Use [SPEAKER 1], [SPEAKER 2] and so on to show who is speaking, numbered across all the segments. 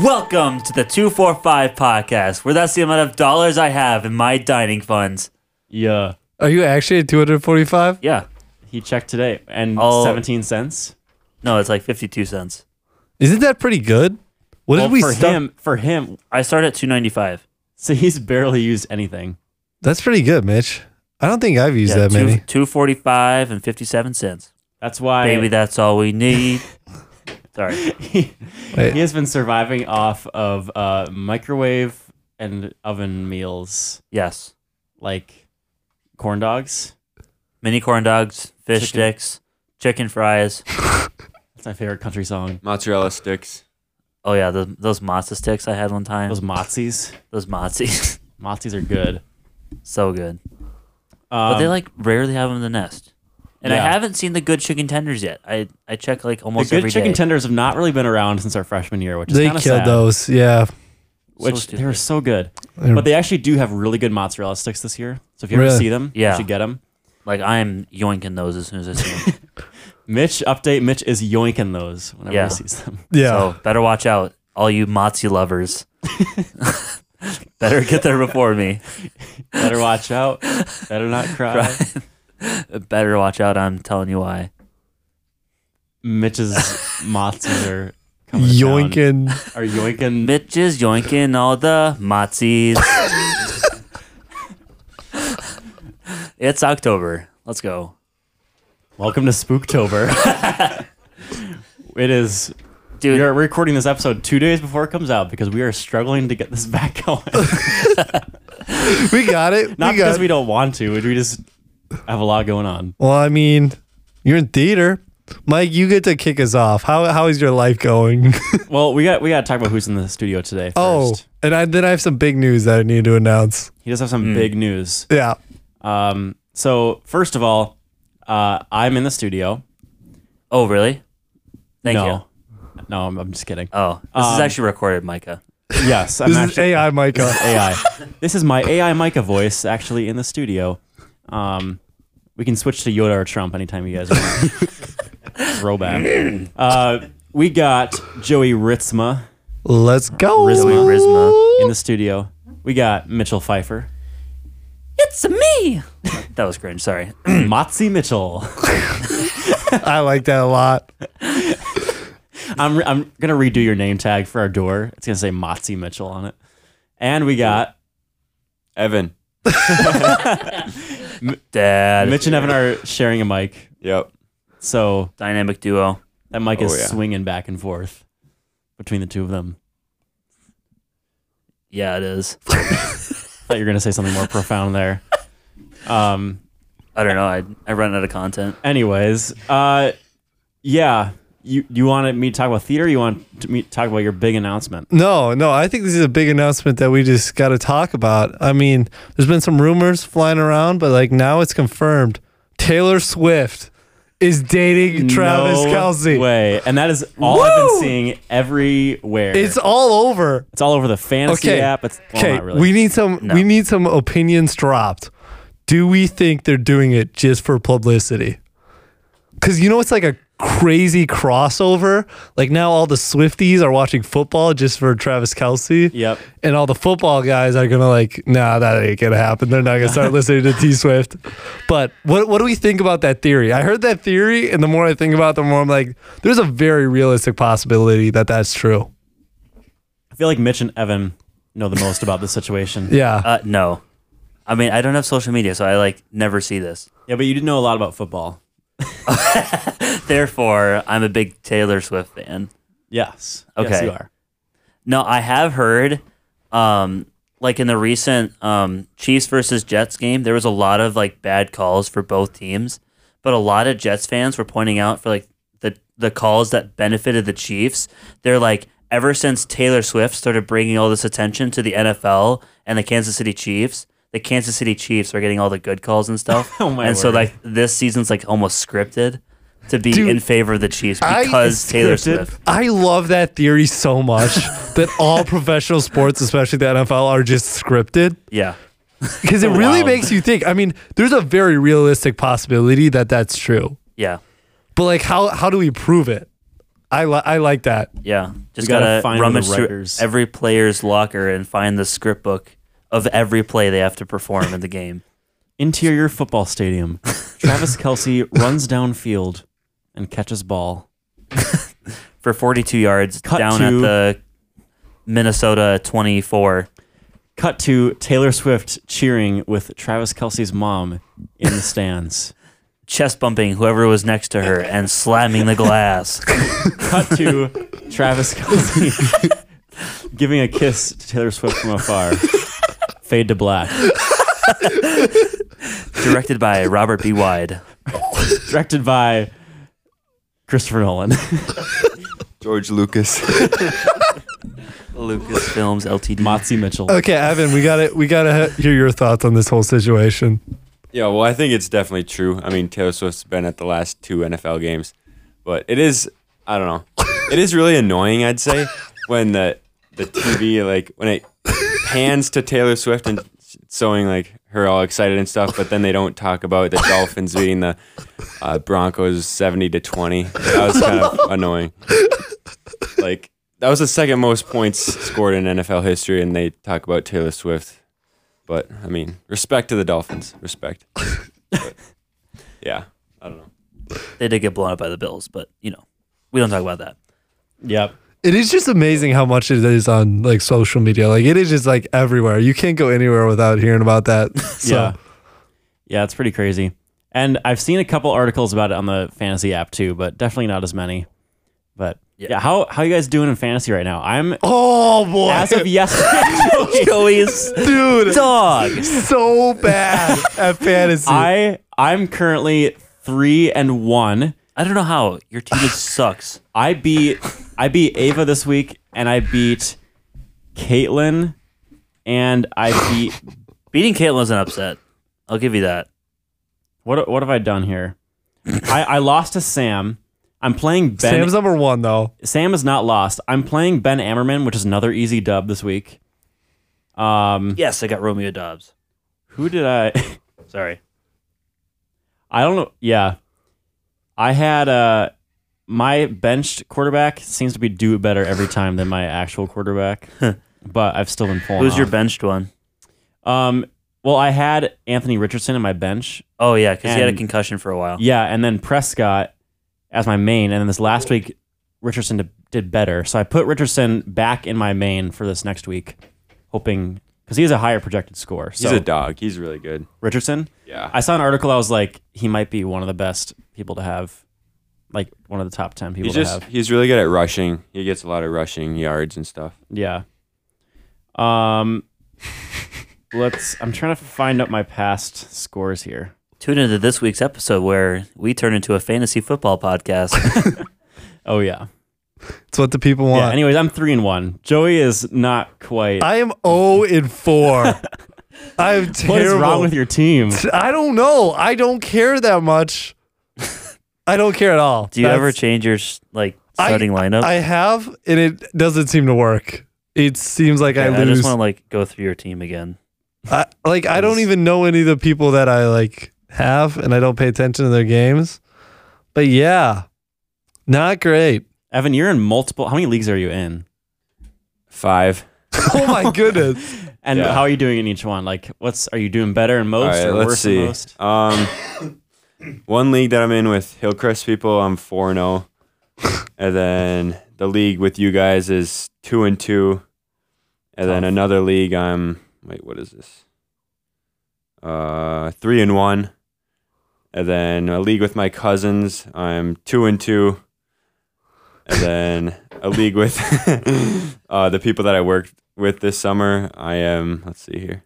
[SPEAKER 1] Welcome to the 245 podcast, where that's the amount of dollars I have in my dining funds.
[SPEAKER 2] Yeah.
[SPEAKER 3] Are you actually at 245?
[SPEAKER 1] Yeah.
[SPEAKER 2] uh, He checked today and
[SPEAKER 1] Oh.
[SPEAKER 2] 17 cents.
[SPEAKER 1] No, it's like 52 cents.
[SPEAKER 3] Isn't that pretty good? What
[SPEAKER 2] Well,
[SPEAKER 3] did we
[SPEAKER 2] for
[SPEAKER 3] stop?
[SPEAKER 2] him, for him,
[SPEAKER 1] I start at 295.
[SPEAKER 2] so he's barely used anything.
[SPEAKER 3] That's pretty good, Mitch. I don't think I've used
[SPEAKER 1] yeah,
[SPEAKER 3] that
[SPEAKER 1] two-
[SPEAKER 3] many.
[SPEAKER 1] 245 and 57 cents.
[SPEAKER 2] That's why
[SPEAKER 1] Baby, that's all we need. Sorry.
[SPEAKER 2] he,
[SPEAKER 3] Wait.
[SPEAKER 2] he has been surviving off of uh, microwave and oven meals
[SPEAKER 1] Yes.
[SPEAKER 2] like corn dogs.
[SPEAKER 1] Mini corn dogs, fish
[SPEAKER 2] Chicken.
[SPEAKER 1] sticks, chicken fries.
[SPEAKER 2] That's my favorite country song.
[SPEAKER 4] Mozzarella sticks.
[SPEAKER 1] Oh, yeah. The, those matzo sticks I had one time.
[SPEAKER 2] Those
[SPEAKER 1] Those,
[SPEAKER 2] mozzies.
[SPEAKER 1] those matzies.
[SPEAKER 2] Mozzies are good.
[SPEAKER 1] so good.
[SPEAKER 2] Um,
[SPEAKER 1] But they like rarely have them in the nest. And I
[SPEAKER 2] yeah.
[SPEAKER 1] haven't seen the good chicken tenders yet. I, I check like
[SPEAKER 2] the
[SPEAKER 1] almost
[SPEAKER 2] good
[SPEAKER 1] every
[SPEAKER 2] chicken
[SPEAKER 1] day.
[SPEAKER 2] tenders have not really been around since our freshman year, which is
[SPEAKER 3] They
[SPEAKER 2] kind
[SPEAKER 3] killed
[SPEAKER 2] of sad.
[SPEAKER 3] those. Yeah.
[SPEAKER 2] Which
[SPEAKER 1] So
[SPEAKER 2] they were
[SPEAKER 1] stupid.
[SPEAKER 2] so good,
[SPEAKER 3] They're-
[SPEAKER 2] but they actually do have really good mozzarella sticks this year. So if you ever
[SPEAKER 3] Really?
[SPEAKER 2] see them,
[SPEAKER 1] Yeah.
[SPEAKER 2] you should get them.
[SPEAKER 1] Like I am yoinking those as soon as I see them.
[SPEAKER 2] Mitch update. Mitch is yoinking those whenever
[SPEAKER 1] Yeah.
[SPEAKER 2] he sees them.
[SPEAKER 3] Yeah.
[SPEAKER 1] So better watch out, all you Matzi lovers. better get there before me.
[SPEAKER 2] Better watch out. Better not cry.
[SPEAKER 1] Better watch out. I'm telling you why.
[SPEAKER 2] Mitch's mozzies are coming to town.
[SPEAKER 3] Yoinking.
[SPEAKER 2] Are yoinking.
[SPEAKER 1] Mitch is yoinking all the Matzis. it's October. Let's go.
[SPEAKER 2] Welcome to Spooktober. it is.
[SPEAKER 1] Dude,
[SPEAKER 2] We are recording this episode two days before it comes out because we are struggling to get this back going.
[SPEAKER 3] We got it.
[SPEAKER 2] Not
[SPEAKER 3] we got
[SPEAKER 2] because
[SPEAKER 3] it.
[SPEAKER 2] we don't want to. We just have a lot going on.
[SPEAKER 3] Well, I mean, you're in theater. Mike, you get to kick us off. How how is your life going?
[SPEAKER 2] Well, we got we got to talk about who's in the studio today. First.
[SPEAKER 3] oh, and I, then I have some big news that I need to announce.
[SPEAKER 2] he does have some
[SPEAKER 3] Hmm.
[SPEAKER 2] big news.
[SPEAKER 3] Yeah.
[SPEAKER 2] Um, so first of all, uh, I'm in the studio.
[SPEAKER 1] oh really? Thank
[SPEAKER 2] no,
[SPEAKER 1] you.
[SPEAKER 2] no, I'm, I'm just kidding.
[SPEAKER 1] Oh, this is
[SPEAKER 2] Um,
[SPEAKER 1] actually recorded, Micah.
[SPEAKER 2] yes, I'm
[SPEAKER 3] Uh, This is
[SPEAKER 2] actually
[SPEAKER 3] AI Micah.
[SPEAKER 2] AI. This is my AI Micah voice actually in the studio. Um, we can switch to Yoda or Trump anytime you guys want. Throwback. Uh, we got Joey Ritzma
[SPEAKER 3] Let's go.
[SPEAKER 1] Rizma, Rizma.
[SPEAKER 2] in the studio. We got Mitchell Pfeiffer.
[SPEAKER 1] It's me. that was cringe. Sorry.
[SPEAKER 2] Motzi Mitchell.
[SPEAKER 3] I like that a lot.
[SPEAKER 2] I'm, I'm gonna redo your name tag for our door. It's gonna say Motzi Mitchell on it. And we got
[SPEAKER 4] Evan.
[SPEAKER 1] Dad.
[SPEAKER 2] Mitch and Evan are sharing a mic,
[SPEAKER 4] Yep.
[SPEAKER 2] so
[SPEAKER 1] Dynamic duo.
[SPEAKER 2] that mic is
[SPEAKER 4] Oh, yeah.
[SPEAKER 2] swinging back and forth between the two of them.
[SPEAKER 1] Yeah, it is.
[SPEAKER 2] Thought you were gonna say something more profound there. Um.
[SPEAKER 1] I don't know. I I run out of content.
[SPEAKER 2] Anyways, uh, yeah. You you wanted me to talk about theater? Or you want to me to talk about your big announcement?
[SPEAKER 3] No, no, I think this is a big announcement that we just got to talk about. I mean, there's been some rumors flying around, but like now it's confirmed. Taylor Swift is dating Travis
[SPEAKER 2] no
[SPEAKER 3] Kelsey.
[SPEAKER 2] Way, and that is all I've been
[SPEAKER 3] Woo!
[SPEAKER 2] seeing everywhere.
[SPEAKER 3] It's all over.
[SPEAKER 2] It's all over the fantasy
[SPEAKER 3] Okay.
[SPEAKER 2] app. It's well,
[SPEAKER 3] Okay,
[SPEAKER 2] not really.
[SPEAKER 3] we need some
[SPEAKER 1] No.
[SPEAKER 3] we need some opinions dropped. Do we think they're doing it just for publicity? Cuz you know it's like a crazy crossover. Like now all the Swifties are watching football just for Travis Kelsey.
[SPEAKER 2] Yep.
[SPEAKER 3] And all the football guys are gonna like, nah, that ain't gonna happen. They're not gonna start listening to T Swift. But what what do we think about that theory? I heard that theory, and the more I think about it, the more I'm like, there's a very realistic possibility that that's true.
[SPEAKER 2] I feel like Mitch and Evan know the most about this situation.
[SPEAKER 3] Yeah.
[SPEAKER 1] Uh, no. I mean, I don't have social media, so I like never see this.
[SPEAKER 2] Yeah, but you did know a lot about football.
[SPEAKER 1] Therefore, I'm a big Taylor Swift fan.
[SPEAKER 2] Yes. Yes,
[SPEAKER 1] Okay.
[SPEAKER 2] you are.
[SPEAKER 1] No, I have heard, um, like in the recent um, Chiefs versus Jets game, there was a lot of like bad calls for both teams, but a lot of Jets fans were pointing out for like the the calls that benefited the Chiefs. They're like, ever since Taylor Swift started bringing all this attention to the NFL and the Kansas City Chiefs, the Kansas City Chiefs are getting all the good calls and stuff.
[SPEAKER 2] Oh, my
[SPEAKER 1] and so
[SPEAKER 2] word.
[SPEAKER 1] like this season's like almost scripted to be
[SPEAKER 3] Dude,
[SPEAKER 1] in favor of the Chiefs
[SPEAKER 3] I-
[SPEAKER 1] because Taylor
[SPEAKER 2] scripted.
[SPEAKER 1] Swift.
[SPEAKER 3] I love that theory so much that all professional sports, especially the NFL, are just scripted
[SPEAKER 1] Yeah.
[SPEAKER 3] because it really
[SPEAKER 2] Wow.
[SPEAKER 3] makes you think. I mean, there's a very realistic possibility that that's true,
[SPEAKER 1] Yeah.
[SPEAKER 3] but like, how how do we prove it? I li- I like that.
[SPEAKER 1] Yeah, just
[SPEAKER 2] gotta
[SPEAKER 1] gotta,
[SPEAKER 2] find the
[SPEAKER 1] rummage through
[SPEAKER 2] records.
[SPEAKER 1] every player's locker and find the script book of every play they have to perform in the game.
[SPEAKER 2] Interior football stadium. Travis Kelsey runs downfield and catches ball.
[SPEAKER 1] For 42 yards
[SPEAKER 2] Cut
[SPEAKER 1] down
[SPEAKER 2] to-
[SPEAKER 1] at the Minnesota 24.
[SPEAKER 2] Cut to Taylor Swift cheering with Travis Kelsey's mom in the stands.
[SPEAKER 1] Chest bumping whoever was next to her and slamming the glass.
[SPEAKER 2] Cut to Travis Kelsey giving a kiss to Taylor Swift from afar. Fade to black.
[SPEAKER 1] Directed by Robert B. Wide.
[SPEAKER 2] Directed by Christopher Nolan.
[SPEAKER 4] George Lucas.
[SPEAKER 1] Lucas Films LTD.
[SPEAKER 2] Motzi Mitchell.
[SPEAKER 3] Okay, Evan, we got to we got to hear your thoughts on this whole situation.
[SPEAKER 4] yeah, well, I think it's definitely true. I mean, Taylor Swift's been at the last two NFL games, but it is, I don't know, it is really annoying. I'd say when the the TV like when it pans to Taylor Swift and showing like her all excited and stuff, but then they don't talk about the Dolphins beating the uh, Broncos seventy to twenty. That was kind of annoying. Like that was the second most points scored in NFL history, and they talk about Taylor Swift. But I mean, respect to the Dolphins. Respect. But, yeah, I don't know.
[SPEAKER 1] They did get blown up by the Bills, but you know, we don't talk about that.
[SPEAKER 2] Yep.
[SPEAKER 3] It is just amazing how much it is on like social media. Like it is just like everywhere. You can't go anywhere without hearing about that. So
[SPEAKER 2] Yeah. Yeah, it's pretty crazy. And I've seen a couple articles about it on the fantasy app too, but definitely not as many. But yeah,
[SPEAKER 1] Yeah.
[SPEAKER 2] how how you guys doing in fantasy right now? I'm
[SPEAKER 3] Oh boy.
[SPEAKER 2] as of yesterday.
[SPEAKER 1] Joey's
[SPEAKER 3] Dude,
[SPEAKER 1] dog.
[SPEAKER 3] so bad at fantasy.
[SPEAKER 2] I I'm currently three and one.
[SPEAKER 1] I don't know how. Your team just sucks.
[SPEAKER 2] I beat I beat Ava this week, and I beat Caitlin, and I beat
[SPEAKER 1] Beating Caitlin was an upset. I'll give you that.
[SPEAKER 2] what what have I done here? I, I lost to Sam. I'm playing Ben.
[SPEAKER 3] Sam's number one though.
[SPEAKER 2] Sam is not lost. I'm playing Ben Ammerman, which is another easy dub this week. Um,
[SPEAKER 1] Yes, I got Romeo Dobbs.
[SPEAKER 2] who did I?
[SPEAKER 1] Sorry.
[SPEAKER 2] I don't know. Yeah, I had uh, my benched quarterback seems to be do better every time than my actual quarterback, but I've still been pulling.
[SPEAKER 1] Who's your
[SPEAKER 2] off.
[SPEAKER 1] benched one?
[SPEAKER 2] Um, well, I had Anthony Richardson in my bench.
[SPEAKER 1] Oh yeah, because he had a
[SPEAKER 2] And-
[SPEAKER 1] concussion for a while.
[SPEAKER 2] Yeah, and then Prescott as my main, and then this last week Richardson d- did better, so I put Richardson back in my main for this next week, hoping because he has a higher projected score. So
[SPEAKER 4] He's a dog. He's really good.
[SPEAKER 2] Richardson,
[SPEAKER 4] Yeah.
[SPEAKER 2] I saw an article. I was like, he might be one of the best people to have, like one of the top ten people
[SPEAKER 4] he's
[SPEAKER 2] to
[SPEAKER 4] just
[SPEAKER 2] have.
[SPEAKER 4] he's really good at rushing. He gets a lot of rushing yards and stuff.
[SPEAKER 2] Yeah. Um, let's. I'm trying to find out my past scores here.
[SPEAKER 1] Tune into this week's episode where we turn into a fantasy football podcast.
[SPEAKER 2] Oh yeah.
[SPEAKER 3] It's what the people want.
[SPEAKER 2] Yeah. Anyways, I'm three and one. Joey is not quite.
[SPEAKER 3] I am 0 in 4. I'm terrible.
[SPEAKER 2] what is wrong with your team?
[SPEAKER 3] I don't know. I don't care that much. I don't care at all.
[SPEAKER 1] Do you
[SPEAKER 3] That's-
[SPEAKER 1] ever change your s- like
[SPEAKER 3] I-
[SPEAKER 1] starting lineup?
[SPEAKER 3] I have, and it doesn't seem to work. It seems like
[SPEAKER 1] Yeah,
[SPEAKER 3] I lose.
[SPEAKER 1] just want to like go through your team again.
[SPEAKER 3] I, like I don't even know any of the people that I like have, and I don't pay attention to their games. But yeah, not great.
[SPEAKER 2] Evan, you're in multiple. How many leagues are you in?
[SPEAKER 4] Five.
[SPEAKER 3] Oh my goodness!
[SPEAKER 2] And
[SPEAKER 4] Yeah.
[SPEAKER 2] how are you doing in each one? Like, what's are you doing better in most
[SPEAKER 4] All right,
[SPEAKER 2] or
[SPEAKER 4] let's
[SPEAKER 2] worse
[SPEAKER 4] see.
[SPEAKER 2] in most?
[SPEAKER 4] Um, one league that I'm in with Hillcrest people, I'm four and oh. zero, and then the league with you guys is two and two, and then another league I'm wait, what is this? Uh, three and one, and then a league with my cousins, I'm two and two, and then a league with uh, the people that I worked with this summer, I am let's see here,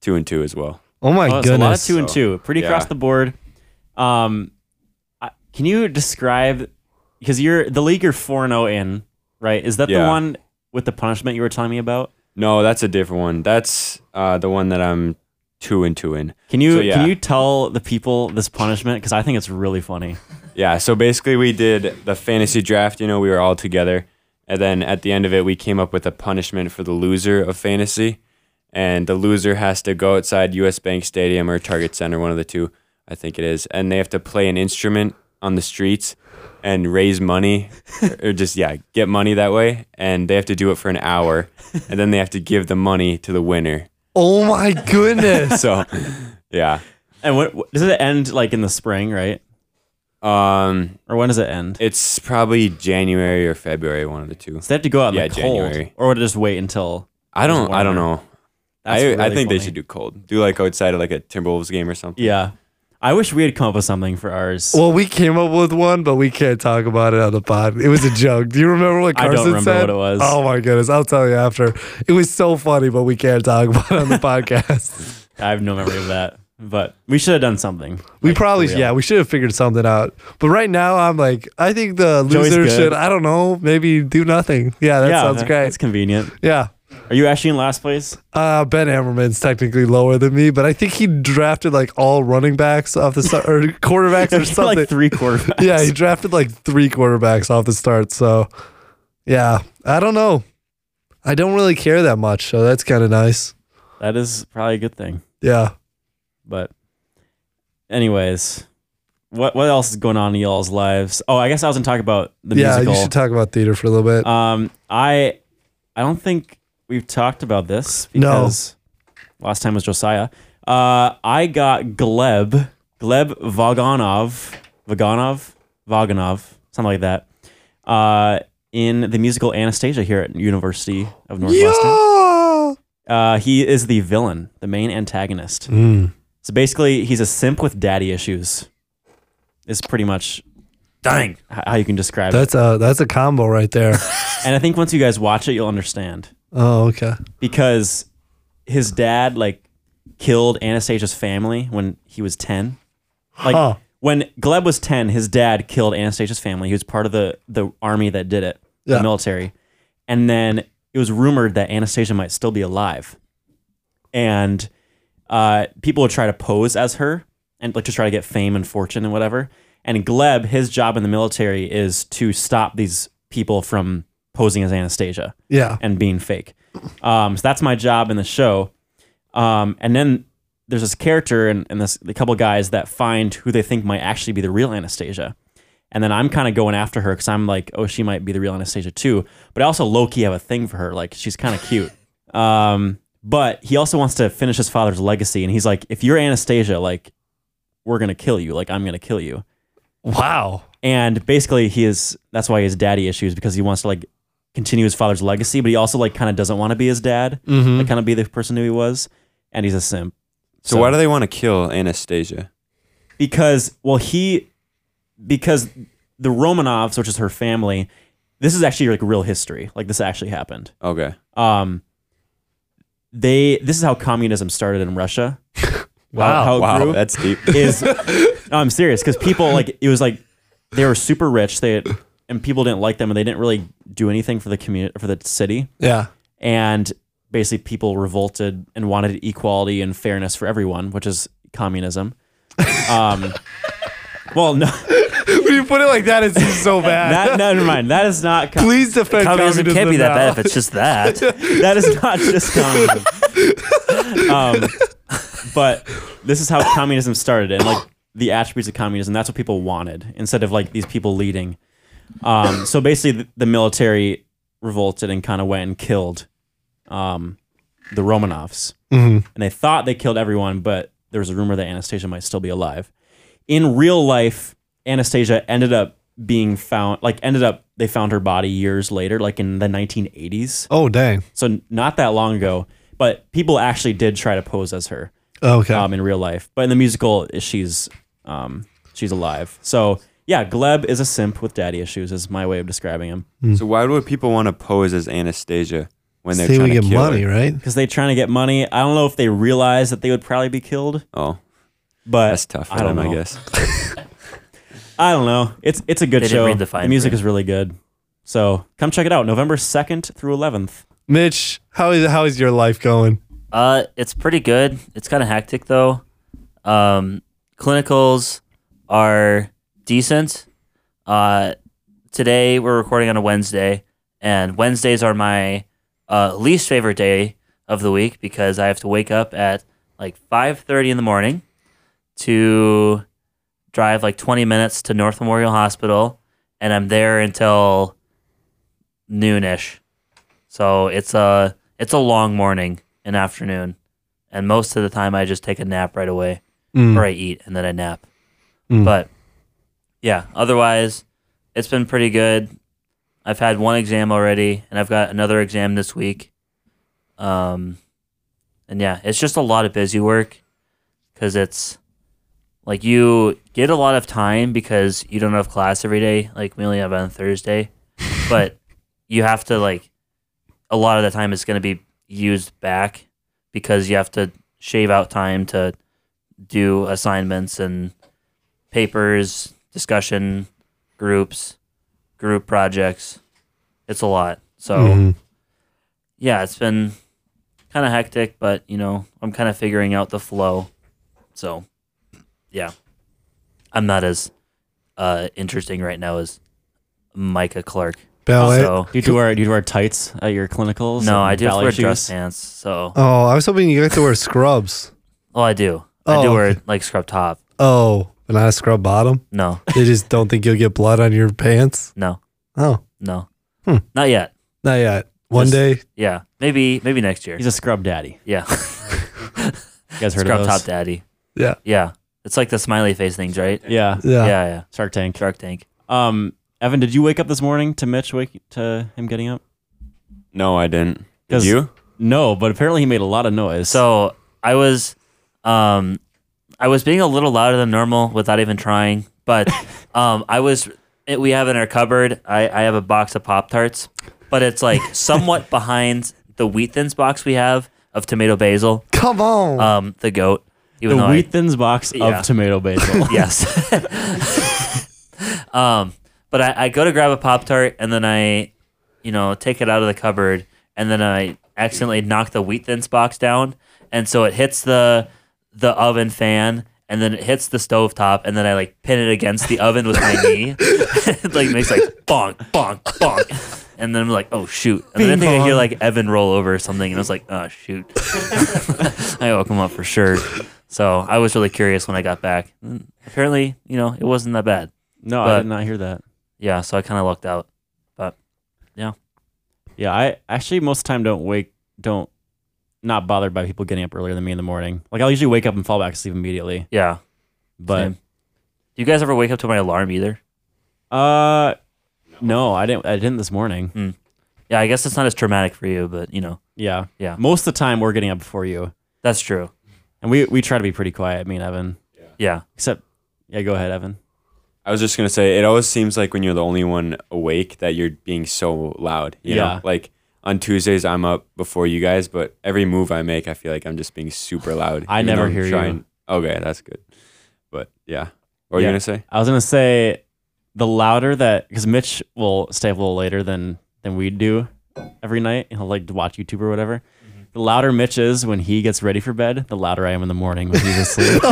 [SPEAKER 4] two and two as well.
[SPEAKER 3] Oh my
[SPEAKER 2] Oh, so a lot of
[SPEAKER 3] goodness!
[SPEAKER 2] two and
[SPEAKER 4] So,
[SPEAKER 2] two, pretty
[SPEAKER 4] yeah.
[SPEAKER 2] across the board. Um, I, can you describe because you're the league you're four zero in, right? Is that the
[SPEAKER 4] Yeah.
[SPEAKER 2] one with the punishment you were telling me about?
[SPEAKER 4] No, that's a different one. That's uh, the one that I'm two and two in.
[SPEAKER 2] Can you
[SPEAKER 4] So, yeah.
[SPEAKER 2] can you tell the people this punishment because I think it's really funny.
[SPEAKER 4] Yeah. So basically, we did the fantasy draft. You know, we were all together, and then at the end of it, we came up with a punishment for the loser of fantasy, and the loser has to go outside U.S. Bank Stadium or Target Center, one of the two, I think it is, and they have to play an instrument on the streets and raise money or- or just yeah get money that way and they have to do it for an hour and then they have to give the money to the winner
[SPEAKER 3] Oh my goodness.
[SPEAKER 4] so yeah
[SPEAKER 2] And what, what- does it end like in the spring, right?
[SPEAKER 4] um
[SPEAKER 2] Or when does it end?
[SPEAKER 4] it's probably january or february one of the two
[SPEAKER 2] so they have to go out in
[SPEAKER 4] Yeah,
[SPEAKER 2] the cold,
[SPEAKER 4] January.
[SPEAKER 2] or would it just wait until?
[SPEAKER 4] i don't i don't
[SPEAKER 2] warmer.
[SPEAKER 4] know
[SPEAKER 2] That's
[SPEAKER 4] I, I
[SPEAKER 2] really
[SPEAKER 4] think they
[SPEAKER 2] funny.
[SPEAKER 4] should do cold do like outside of like a timberwolves game or something
[SPEAKER 2] Yeah, I wish we had come up with something for ours.
[SPEAKER 3] well, we came up with one, but we can't talk about it on the pod. It was a joke. Do you remember what
[SPEAKER 2] I don't
[SPEAKER 3] Carson
[SPEAKER 2] remember
[SPEAKER 3] said?
[SPEAKER 2] what it was.
[SPEAKER 3] Oh my goodness. I'll tell you after. It was so funny, but we can't talk about it on the podcast.
[SPEAKER 2] I have no memory of that, but we should have done something.
[SPEAKER 3] We
[SPEAKER 2] Like,
[SPEAKER 3] probably,
[SPEAKER 2] for real.
[SPEAKER 3] yeah, we should have figured something out. But right now, I'm like, I think the
[SPEAKER 2] Joey's
[SPEAKER 3] loser
[SPEAKER 2] good.
[SPEAKER 3] should, I don't know, maybe do nothing. Yeah, that
[SPEAKER 2] yeah,
[SPEAKER 3] sounds
[SPEAKER 2] that-
[SPEAKER 3] great.
[SPEAKER 2] That's convenient.
[SPEAKER 3] yeah.
[SPEAKER 2] Are you actually in last place?
[SPEAKER 3] Uh, ben Ammerman's technically lower than me, but I think he drafted like all running backs off the start or quarterbacks or something.
[SPEAKER 2] like three quarterbacks.
[SPEAKER 3] yeah, he drafted like three quarterbacks off the start. So, yeah, I don't know. I don't really care that much, so that's kind of nice.
[SPEAKER 2] that is probably a good thing.
[SPEAKER 3] Yeah.
[SPEAKER 2] But, anyways, what what else is going on in y'all's lives? Oh, I guess I was gonna talk about the
[SPEAKER 3] yeah,
[SPEAKER 2] musical.
[SPEAKER 3] you should talk about theater for a little bit.
[SPEAKER 2] Um, I I don't think we've talked about this
[SPEAKER 3] No.
[SPEAKER 2] because last time was Josiah. Uh, I got Gleb Gleb Vaganov Vaganov Vaganov something like that. Uh, in the musical Anastasia here at University of Northwestern.
[SPEAKER 3] yeah.
[SPEAKER 2] Uh, he is the villain, the main antagonist.
[SPEAKER 3] Mm.
[SPEAKER 2] So basically, he's a simp with daddy issues. Is pretty much
[SPEAKER 1] Dang.
[SPEAKER 2] h- how you can describe
[SPEAKER 3] That's a that's a combo right there.
[SPEAKER 2] it. And I think once you guys watch it, you'll understand.
[SPEAKER 3] oh, okay.
[SPEAKER 2] because his dad like killed Anastasia's family when he was 10. Like
[SPEAKER 3] Huh.
[SPEAKER 2] when Gleb was 10, his dad killed Anastasia's family. He was part of the the army that did it,
[SPEAKER 3] Yeah.
[SPEAKER 2] the military. And then it was rumored that Anastasia might still be alive. And uh, people would try to pose as her and like to try to get fame and fortune and whatever. And Gleb, his job in the military is to stop these people from posing as Anastasia
[SPEAKER 3] Yeah.
[SPEAKER 2] and being fake. Um, so that's my job in the show. Um, and then there's this character and, and this a couple guys that find who they think might actually be the real Anastasia. And then I'm kind of going after her because I'm like, oh, she might be the real Anastasia too. But I also low key have a thing for her. Like she's kind of cute. Um, but he also wants to finish his father's legacy. And he's like, if you're Anastasia, like we're gonna kill you. Like I'm gonna kill you.
[SPEAKER 3] Wow.
[SPEAKER 2] And basically, he is. That's why he has daddy issues because he wants to like continue his father's legacy, but he also like kind of doesn't want to be his dad,
[SPEAKER 3] Mm-hmm.
[SPEAKER 2] like kind of be the person who he was, and he's a simp.
[SPEAKER 4] so why do they want to kill anastasia
[SPEAKER 2] Because well, he because the Romanovs, which is her family, this is actually like real history. Like this actually happened.
[SPEAKER 4] okay
[SPEAKER 2] Um, they this is how communism started in Russia. how,
[SPEAKER 3] Wow.
[SPEAKER 2] how it
[SPEAKER 4] wow
[SPEAKER 2] grew.
[SPEAKER 4] that's deep
[SPEAKER 2] is no, I'm serious because people like it was like they were super rich. They and people didn't like them, and they didn't really do anything for the community for the city.
[SPEAKER 3] Yeah.
[SPEAKER 2] And basically, people revolted and wanted equality and fairness for everyone, which is communism. Um, well, no,
[SPEAKER 3] when you put it like that, it seems so bad.
[SPEAKER 2] that, never mind. That is not. Com-
[SPEAKER 3] Please defend
[SPEAKER 1] Communism can't be that
[SPEAKER 3] now.
[SPEAKER 1] bad if it's just that.
[SPEAKER 2] that is not just communism. um, but this is how communism started, and like the attributes of communism. That's what people wanted instead of like these people leading. Um, so basically, the, the military revolted and kind of went and killed um, the Romanovs,
[SPEAKER 3] Mhm.
[SPEAKER 2] and they thought they killed everyone, but there was a rumor that Anastasia might still be alive. In real life, Anastasia ended up being found like ended up they found her body years later like in the 1980s
[SPEAKER 3] Oh dang.
[SPEAKER 2] so n- not that long ago, but people actually did try to pose as her
[SPEAKER 3] Okay.
[SPEAKER 2] um, in real life. But in the musical, she's um, she's alive. So yeah, Gleb is a simp with daddy issues. Is my way of describing him
[SPEAKER 4] so why would people want to pose as anastasia when they're
[SPEAKER 3] See,
[SPEAKER 4] trying
[SPEAKER 3] we
[SPEAKER 4] to
[SPEAKER 3] get
[SPEAKER 4] kill
[SPEAKER 3] money,
[SPEAKER 4] her?
[SPEAKER 3] right?
[SPEAKER 2] because they trying to get money. I don't know if they realize that they would probably be killed,
[SPEAKER 4] oh
[SPEAKER 2] but
[SPEAKER 4] that's tough for
[SPEAKER 2] I don't
[SPEAKER 4] them
[SPEAKER 2] know.
[SPEAKER 4] i guess
[SPEAKER 2] I don't know. It's it's a good
[SPEAKER 1] They didn't
[SPEAKER 2] show.
[SPEAKER 1] read the fine
[SPEAKER 2] music
[SPEAKER 1] print.
[SPEAKER 2] is really good. So come check it out. November second through eleventh.
[SPEAKER 3] Mitch, how is how is your life going?
[SPEAKER 1] Uh, it's pretty good. It's kind of hectic though. Um, clinicals are decent. Uh, today we're recording on a Wednesday, and Wednesdays are my uh, least favorite day of the week because I have to wake up at like five thirty in the morning to drive like 20 minutes to North Memorial Hospital, and I'm there until noonish. So it's a it's a long morning and afternoon, and most of the time I just take a nap right away,
[SPEAKER 3] Mm.
[SPEAKER 1] or I eat and then I nap. But yeah, otherwise it's been pretty good. I've had one exam already, and I've got another exam this week. Um, and yeah, it's just a lot of busy work because it's like you get a lot of time because you don't have class every day. Like we only have on Thursday, but you have to like a lot of the time it's going to be used back because you have to shave out time to do assignments and papers, discussion groups, group projects. It's a lot. So
[SPEAKER 3] Mm-hmm.
[SPEAKER 1] yeah, it's been kind of hectic, but you know, I'm kind of figuring out the flow. So, yeah, I'm not as uh, interesting right now as Micah Clark.
[SPEAKER 3] Ballet.
[SPEAKER 1] So,
[SPEAKER 2] Do you wear do you wear tights at your clinicals?
[SPEAKER 1] no,
[SPEAKER 2] and
[SPEAKER 1] I do have to
[SPEAKER 2] ballet
[SPEAKER 1] wear dress
[SPEAKER 2] shoes?
[SPEAKER 1] pants. So,
[SPEAKER 3] Oh, I was hoping you got to wear scrubs.
[SPEAKER 1] oh, I do. I
[SPEAKER 3] Oh,
[SPEAKER 1] do wear
[SPEAKER 3] okay.
[SPEAKER 1] like scrub top.
[SPEAKER 3] Oh, but not a scrub bottom.
[SPEAKER 1] No,
[SPEAKER 3] They just don't think you'll get blood on your pants.
[SPEAKER 1] no,
[SPEAKER 3] Oh,
[SPEAKER 1] no,
[SPEAKER 3] Hmm.
[SPEAKER 1] not yet.
[SPEAKER 3] not yet. One
[SPEAKER 1] Just-
[SPEAKER 3] day.
[SPEAKER 1] Yeah, maybe, maybe next year.
[SPEAKER 2] He's a scrub daddy.
[SPEAKER 1] Yeah,
[SPEAKER 2] You guys heard
[SPEAKER 1] scrub
[SPEAKER 2] of
[SPEAKER 1] top
[SPEAKER 2] those?
[SPEAKER 1] daddy.
[SPEAKER 3] Yeah.
[SPEAKER 1] Yeah, it's like the smiley face things, right?
[SPEAKER 2] Yeah.
[SPEAKER 3] Yeah.
[SPEAKER 1] Yeah, yeah.
[SPEAKER 2] Shark Tank.
[SPEAKER 1] Shark Tank.
[SPEAKER 2] Um, Evan, did you wake up this morning to Mitch wake to him getting up?
[SPEAKER 4] No, I didn't. Did
[SPEAKER 2] 'Cause-
[SPEAKER 4] you?
[SPEAKER 2] No, but apparently he made a lot of noise.
[SPEAKER 1] So I was, um, I was being a little louder than normal without even trying. But um, I was. It, we have in our cupboard. I, I have a box of Pop Tarts, but it's like somewhat behind the Wheat Thins box we have of tomato basil.
[SPEAKER 3] Come on.
[SPEAKER 1] Um, the goat.
[SPEAKER 2] the
[SPEAKER 1] Even though I-
[SPEAKER 2] Wheat Thins box
[SPEAKER 1] Yeah.
[SPEAKER 2] of tomato basil.
[SPEAKER 1] yes. um, but I, I go to grab a pop tart and then I, you know, take it out of the cupboard and then I accidentally knock the wheat thins box down and so it hits the the oven fan and then it hits the stove top and then I like pin it against the oven with my knee. it like makes like bonk bonk bonk. And then I'm like, oh shoot! And then I
[SPEAKER 3] Bing
[SPEAKER 1] think I hear
[SPEAKER 3] bong.
[SPEAKER 1] like Evan roll over or something, and I was like, oh shoot! I woke him up for sure. So I was really curious when I got back. Mm, Apparently, you know, it wasn't that bad.
[SPEAKER 2] No, I
[SPEAKER 1] But-
[SPEAKER 2] did not hear that.
[SPEAKER 1] Yeah, so I kind of lucked out.
[SPEAKER 2] Yeah, I actually most of the time don't wake don't not bothered by people getting up earlier than me in the morning. Like I'll usually wake up and fall back asleep immediately.
[SPEAKER 1] Yeah.
[SPEAKER 2] But
[SPEAKER 1] same. do you guys ever wake up to my alarm either?
[SPEAKER 2] uh no, I didn't I didn't this morning.
[SPEAKER 1] Yeah, I guess it's not as traumatic for you, but you know,
[SPEAKER 2] Yeah.
[SPEAKER 1] Yeah.
[SPEAKER 2] Most of the time we're getting up before you.
[SPEAKER 1] that's true.
[SPEAKER 2] And we we try to be pretty quiet, me and Evan.
[SPEAKER 1] Yeah.
[SPEAKER 2] Except yeah, go ahead, Evan.
[SPEAKER 4] I was just gonna say, it always seems like when you're the only one awake that you're being so loud. You
[SPEAKER 2] Yeah.
[SPEAKER 4] know, like on Tuesdays I'm up before you guys, but every move I make, I feel like I'm just being super loud.
[SPEAKER 2] I
[SPEAKER 4] even though
[SPEAKER 2] never
[SPEAKER 4] I'm
[SPEAKER 2] hear you.
[SPEAKER 4] Okay, that's good. But yeah, what are
[SPEAKER 2] Yeah.
[SPEAKER 4] you gonna say?
[SPEAKER 2] I was gonna say the louder that because Mitch will stay up a little later than than we do every night. He'll like watch YouTube or whatever. The louder Mitch is when he gets ready for bed, the louder I am in the morning when he's asleep.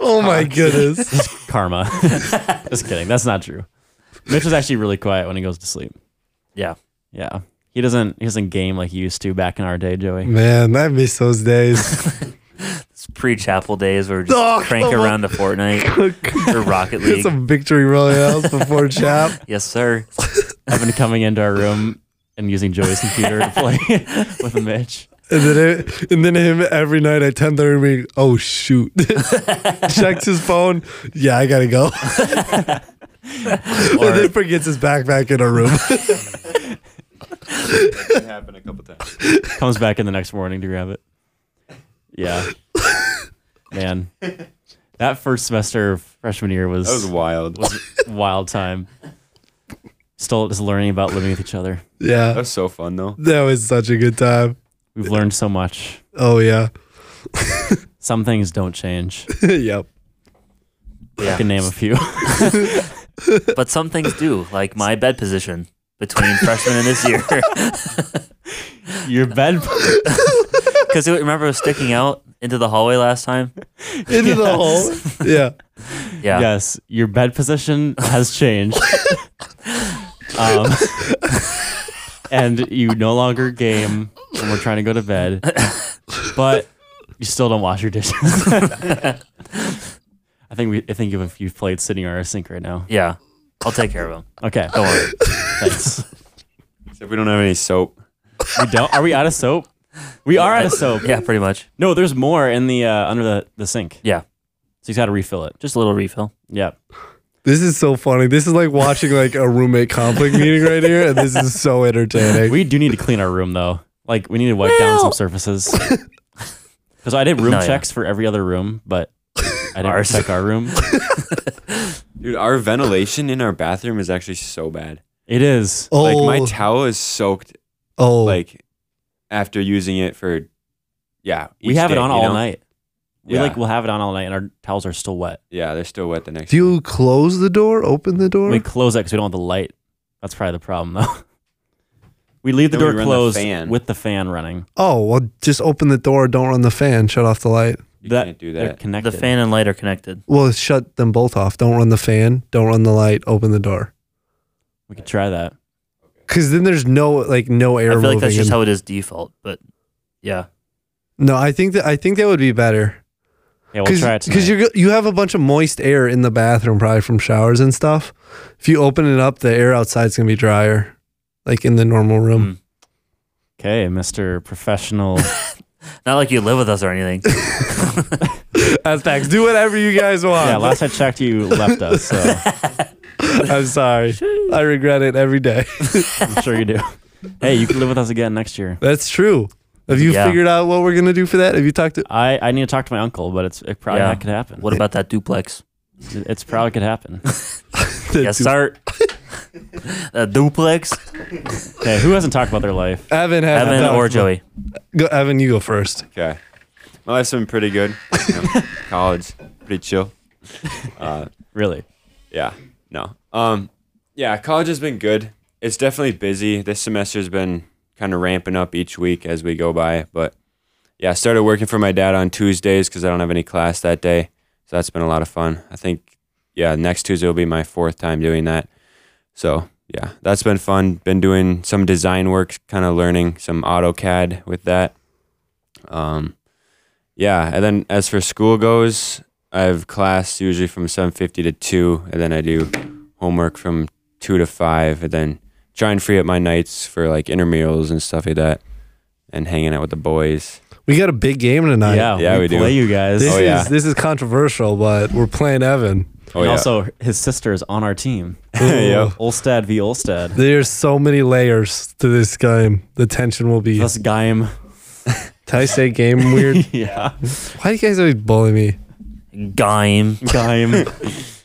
[SPEAKER 3] oh my goodness.
[SPEAKER 2] Karma. Just kidding. That's not true. Mitch is actually really quiet when he goes to sleep.
[SPEAKER 1] Yeah.
[SPEAKER 2] Yeah. He doesn't he doesn't game like he used to back in our day, Joey.
[SPEAKER 3] Man, I miss those days.
[SPEAKER 1] It's pre chapel days where we just
[SPEAKER 3] Oh,
[SPEAKER 1] crank
[SPEAKER 3] come on.
[SPEAKER 1] around to Fortnite or Rocket League.
[SPEAKER 3] It's a victory royale before chap.
[SPEAKER 1] yes, sir.
[SPEAKER 2] I've been coming into our room and using Joey's computer to play with Mitch.
[SPEAKER 3] And then, it, and then him every night at 10.30 being, oh shoot. Checks his phone. Yeah, I gotta go. and then forgets his backpack in a room.
[SPEAKER 4] It happened a couple times.
[SPEAKER 2] comes back in the next morning to grab it. Yeah. Man. That first semester of freshman year was,
[SPEAKER 4] That was wild. That
[SPEAKER 2] wild time. Still just learning about living with each other.
[SPEAKER 3] yeah.
[SPEAKER 4] was so fun though.
[SPEAKER 3] That was such a good time.
[SPEAKER 2] We've learned so much.
[SPEAKER 3] Oh yeah.
[SPEAKER 2] Some things don't change.
[SPEAKER 3] yep.
[SPEAKER 2] I can
[SPEAKER 1] Yeah.
[SPEAKER 2] name a few.
[SPEAKER 1] But some things do, like my bed position between freshman and this year.
[SPEAKER 2] Your bed
[SPEAKER 1] Because remember, it was sticking out into the hallway last time.
[SPEAKER 3] Into the hole. Yeah.
[SPEAKER 1] Yeah.
[SPEAKER 2] Yes, your bed position has changed. um, and you no longer game when we're trying to go to bed, but you still don't wash your dishes. I think we. I think if you've played Sydney or Sink right now.
[SPEAKER 1] Yeah, I'll take care of him.
[SPEAKER 2] Okay. Don't worry. Thanks.
[SPEAKER 4] Except we don't have any soap.
[SPEAKER 2] We don't. Are we out of soap? We are out of soap.
[SPEAKER 1] Yeah, pretty much.
[SPEAKER 2] No, there's more in the uh, under the, the sink.
[SPEAKER 1] Yeah,
[SPEAKER 2] So he's got to refill it.
[SPEAKER 1] just a little refill.
[SPEAKER 2] Yeah.
[SPEAKER 3] This is so funny. This is like watching like a roommate conflict meeting right here, and this is so entertaining.
[SPEAKER 2] We do need to clean our room though. Like we need to wipe down some surfaces. Because I did room
[SPEAKER 1] No, yeah.
[SPEAKER 2] checks for every other room, but I didn't
[SPEAKER 1] Ours.
[SPEAKER 2] check our room.
[SPEAKER 4] Dude, our ventilation in our bathroom is actually so bad.
[SPEAKER 2] It is.
[SPEAKER 3] oh,
[SPEAKER 4] Like my towel is soaked
[SPEAKER 3] oh,
[SPEAKER 4] like after using it for yeah.
[SPEAKER 2] we
[SPEAKER 4] each
[SPEAKER 2] have it
[SPEAKER 4] day,
[SPEAKER 2] on
[SPEAKER 4] you
[SPEAKER 2] all
[SPEAKER 4] know?
[SPEAKER 2] night. We
[SPEAKER 4] Yeah.
[SPEAKER 2] like we'll have it on all night, and our towels are still wet.
[SPEAKER 4] Yeah, they're still wet the next
[SPEAKER 3] do you close the door? Open the door?
[SPEAKER 2] We close it because we don't have the light. That's probably the problem though. we leave the
[SPEAKER 4] Then we
[SPEAKER 2] door
[SPEAKER 4] run the
[SPEAKER 2] closed
[SPEAKER 4] fan.
[SPEAKER 2] with the fan running.
[SPEAKER 3] oh, well, just open the door. Don't run the fan. Shut off the light.
[SPEAKER 4] You
[SPEAKER 2] that-
[SPEAKER 4] can't do
[SPEAKER 2] They're
[SPEAKER 4] that.
[SPEAKER 2] connected.
[SPEAKER 1] The fan and light are connected.
[SPEAKER 3] Well, shut them both off. Don't run the fan. Don't run the light. Open the door.
[SPEAKER 2] We could try that.
[SPEAKER 3] Because then there's no like no air
[SPEAKER 1] I feel
[SPEAKER 3] moving.
[SPEAKER 1] like that's just
[SPEAKER 3] in-
[SPEAKER 1] how it is default. But yeah,
[SPEAKER 3] no, I think that I think that would be better.
[SPEAKER 2] Yeah, we'll try it.
[SPEAKER 3] Because
[SPEAKER 2] tonight.
[SPEAKER 3] you you have a bunch of moist air in the bathroom probably from showers and stuff. If you open it up, the air outside's gonna be drier, like in the normal room.
[SPEAKER 1] Mm.
[SPEAKER 2] okay, Mister Professional.
[SPEAKER 1] not like you live with us or anything.
[SPEAKER 3] That's facts. Do whatever you guys want.
[SPEAKER 2] yeah, last I checked, you left us. So
[SPEAKER 3] I'm sorry. I regret it every day.
[SPEAKER 2] I'm sure you do. Hey, you can live with us again next year.
[SPEAKER 3] That's true. Have you
[SPEAKER 1] Yeah.
[SPEAKER 3] figured out what we're gonna do for that? Have you talked to?
[SPEAKER 2] I, I need to talk to my uncle, but it's it probably
[SPEAKER 1] Yeah.
[SPEAKER 2] that could happen.
[SPEAKER 1] what about that duplex?
[SPEAKER 2] It- It's probably could happen.
[SPEAKER 3] the
[SPEAKER 1] Yes, sir. that duplex.
[SPEAKER 2] Okay, who hasn't talked about their life?
[SPEAKER 3] Evan, has
[SPEAKER 1] Evan
[SPEAKER 3] talked
[SPEAKER 1] or
[SPEAKER 3] to-
[SPEAKER 1] Joey.
[SPEAKER 3] Go, Evan, you go first.
[SPEAKER 4] Okay. My life's been pretty good. You know, college, pretty chill. Uh,
[SPEAKER 2] Really?
[SPEAKER 4] yeah. No. Um, yeah, college has been good. It's definitely busy. This semester's been kind of ramping up each week as we go by. But yeah, I started working for my dad on Tuesdays because I don't have any class that day. So that's been a lot of fun. I think, yeah, next Tuesday will be my fourth time doing that. So yeah, that's been fun. Been doing some design work, kind of learning some AutoCAD with that. Um, yeah, and then as for school goes, I have class usually from 7:50 to 2 and then I do homework from 2 to 5 and then try and free up my nights for like intermural and stuff like that and hanging out with the boys.
[SPEAKER 3] We got a big game tonight.
[SPEAKER 2] yeah,
[SPEAKER 4] yeah,
[SPEAKER 2] we,
[SPEAKER 4] we do.
[SPEAKER 2] play you guys.
[SPEAKER 3] This
[SPEAKER 4] Oh,
[SPEAKER 3] is
[SPEAKER 4] yeah.
[SPEAKER 3] this is controversial, but we're playing Evan.
[SPEAKER 4] Oh
[SPEAKER 2] And
[SPEAKER 4] yeah.
[SPEAKER 2] Also, his sister is on our team.
[SPEAKER 3] Yep.
[SPEAKER 2] Olstad v. Olstad.
[SPEAKER 3] There's so many layers to this game. The tension will be.
[SPEAKER 2] Plus Gaim.
[SPEAKER 3] Did I say game weird?
[SPEAKER 2] yeah.
[SPEAKER 3] Why do you guys always bully me?
[SPEAKER 1] Gaim.
[SPEAKER 2] Gaim.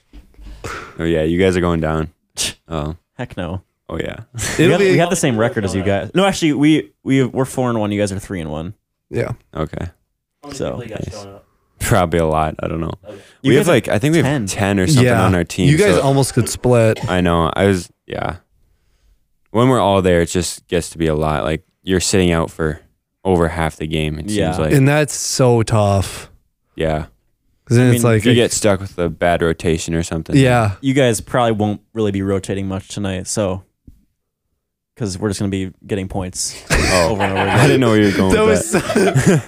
[SPEAKER 4] oh yeah, you guys are going down. Oh.
[SPEAKER 2] Heck no.
[SPEAKER 4] Oh yeah.
[SPEAKER 2] We
[SPEAKER 3] It'll
[SPEAKER 2] have,
[SPEAKER 3] be-
[SPEAKER 2] we have the same record as you guys. No, actually, we, we, we're 4 and 1. You guys are 3 and 1.
[SPEAKER 3] yeah.
[SPEAKER 4] Okay.
[SPEAKER 2] So,
[SPEAKER 4] Probably a lot, I don't know.
[SPEAKER 2] You
[SPEAKER 4] we have
[SPEAKER 2] guys are
[SPEAKER 4] like I think we have
[SPEAKER 2] 10.
[SPEAKER 4] 10, or something
[SPEAKER 3] yeah.
[SPEAKER 4] on our team.
[SPEAKER 3] You guys
[SPEAKER 4] so-
[SPEAKER 3] almost could split.
[SPEAKER 4] I know. I was yeah. When we're all there, it just gets to be a lot. Like you're sitting out for over half the game. It
[SPEAKER 2] Yeah.
[SPEAKER 4] seems like
[SPEAKER 3] and that's so tough.
[SPEAKER 4] yeah.
[SPEAKER 3] 'Cause then
[SPEAKER 2] I
[SPEAKER 3] it's
[SPEAKER 2] mean,
[SPEAKER 3] like,
[SPEAKER 4] If you get stuck with a bad rotation or something.
[SPEAKER 3] yeah,
[SPEAKER 2] you guys probably won't really be rotating much tonight. So, because we're just going to be getting points
[SPEAKER 4] Oh.
[SPEAKER 2] over and over
[SPEAKER 4] I
[SPEAKER 2] again.
[SPEAKER 4] didn't know where you were going
[SPEAKER 3] that
[SPEAKER 4] with
[SPEAKER 3] was.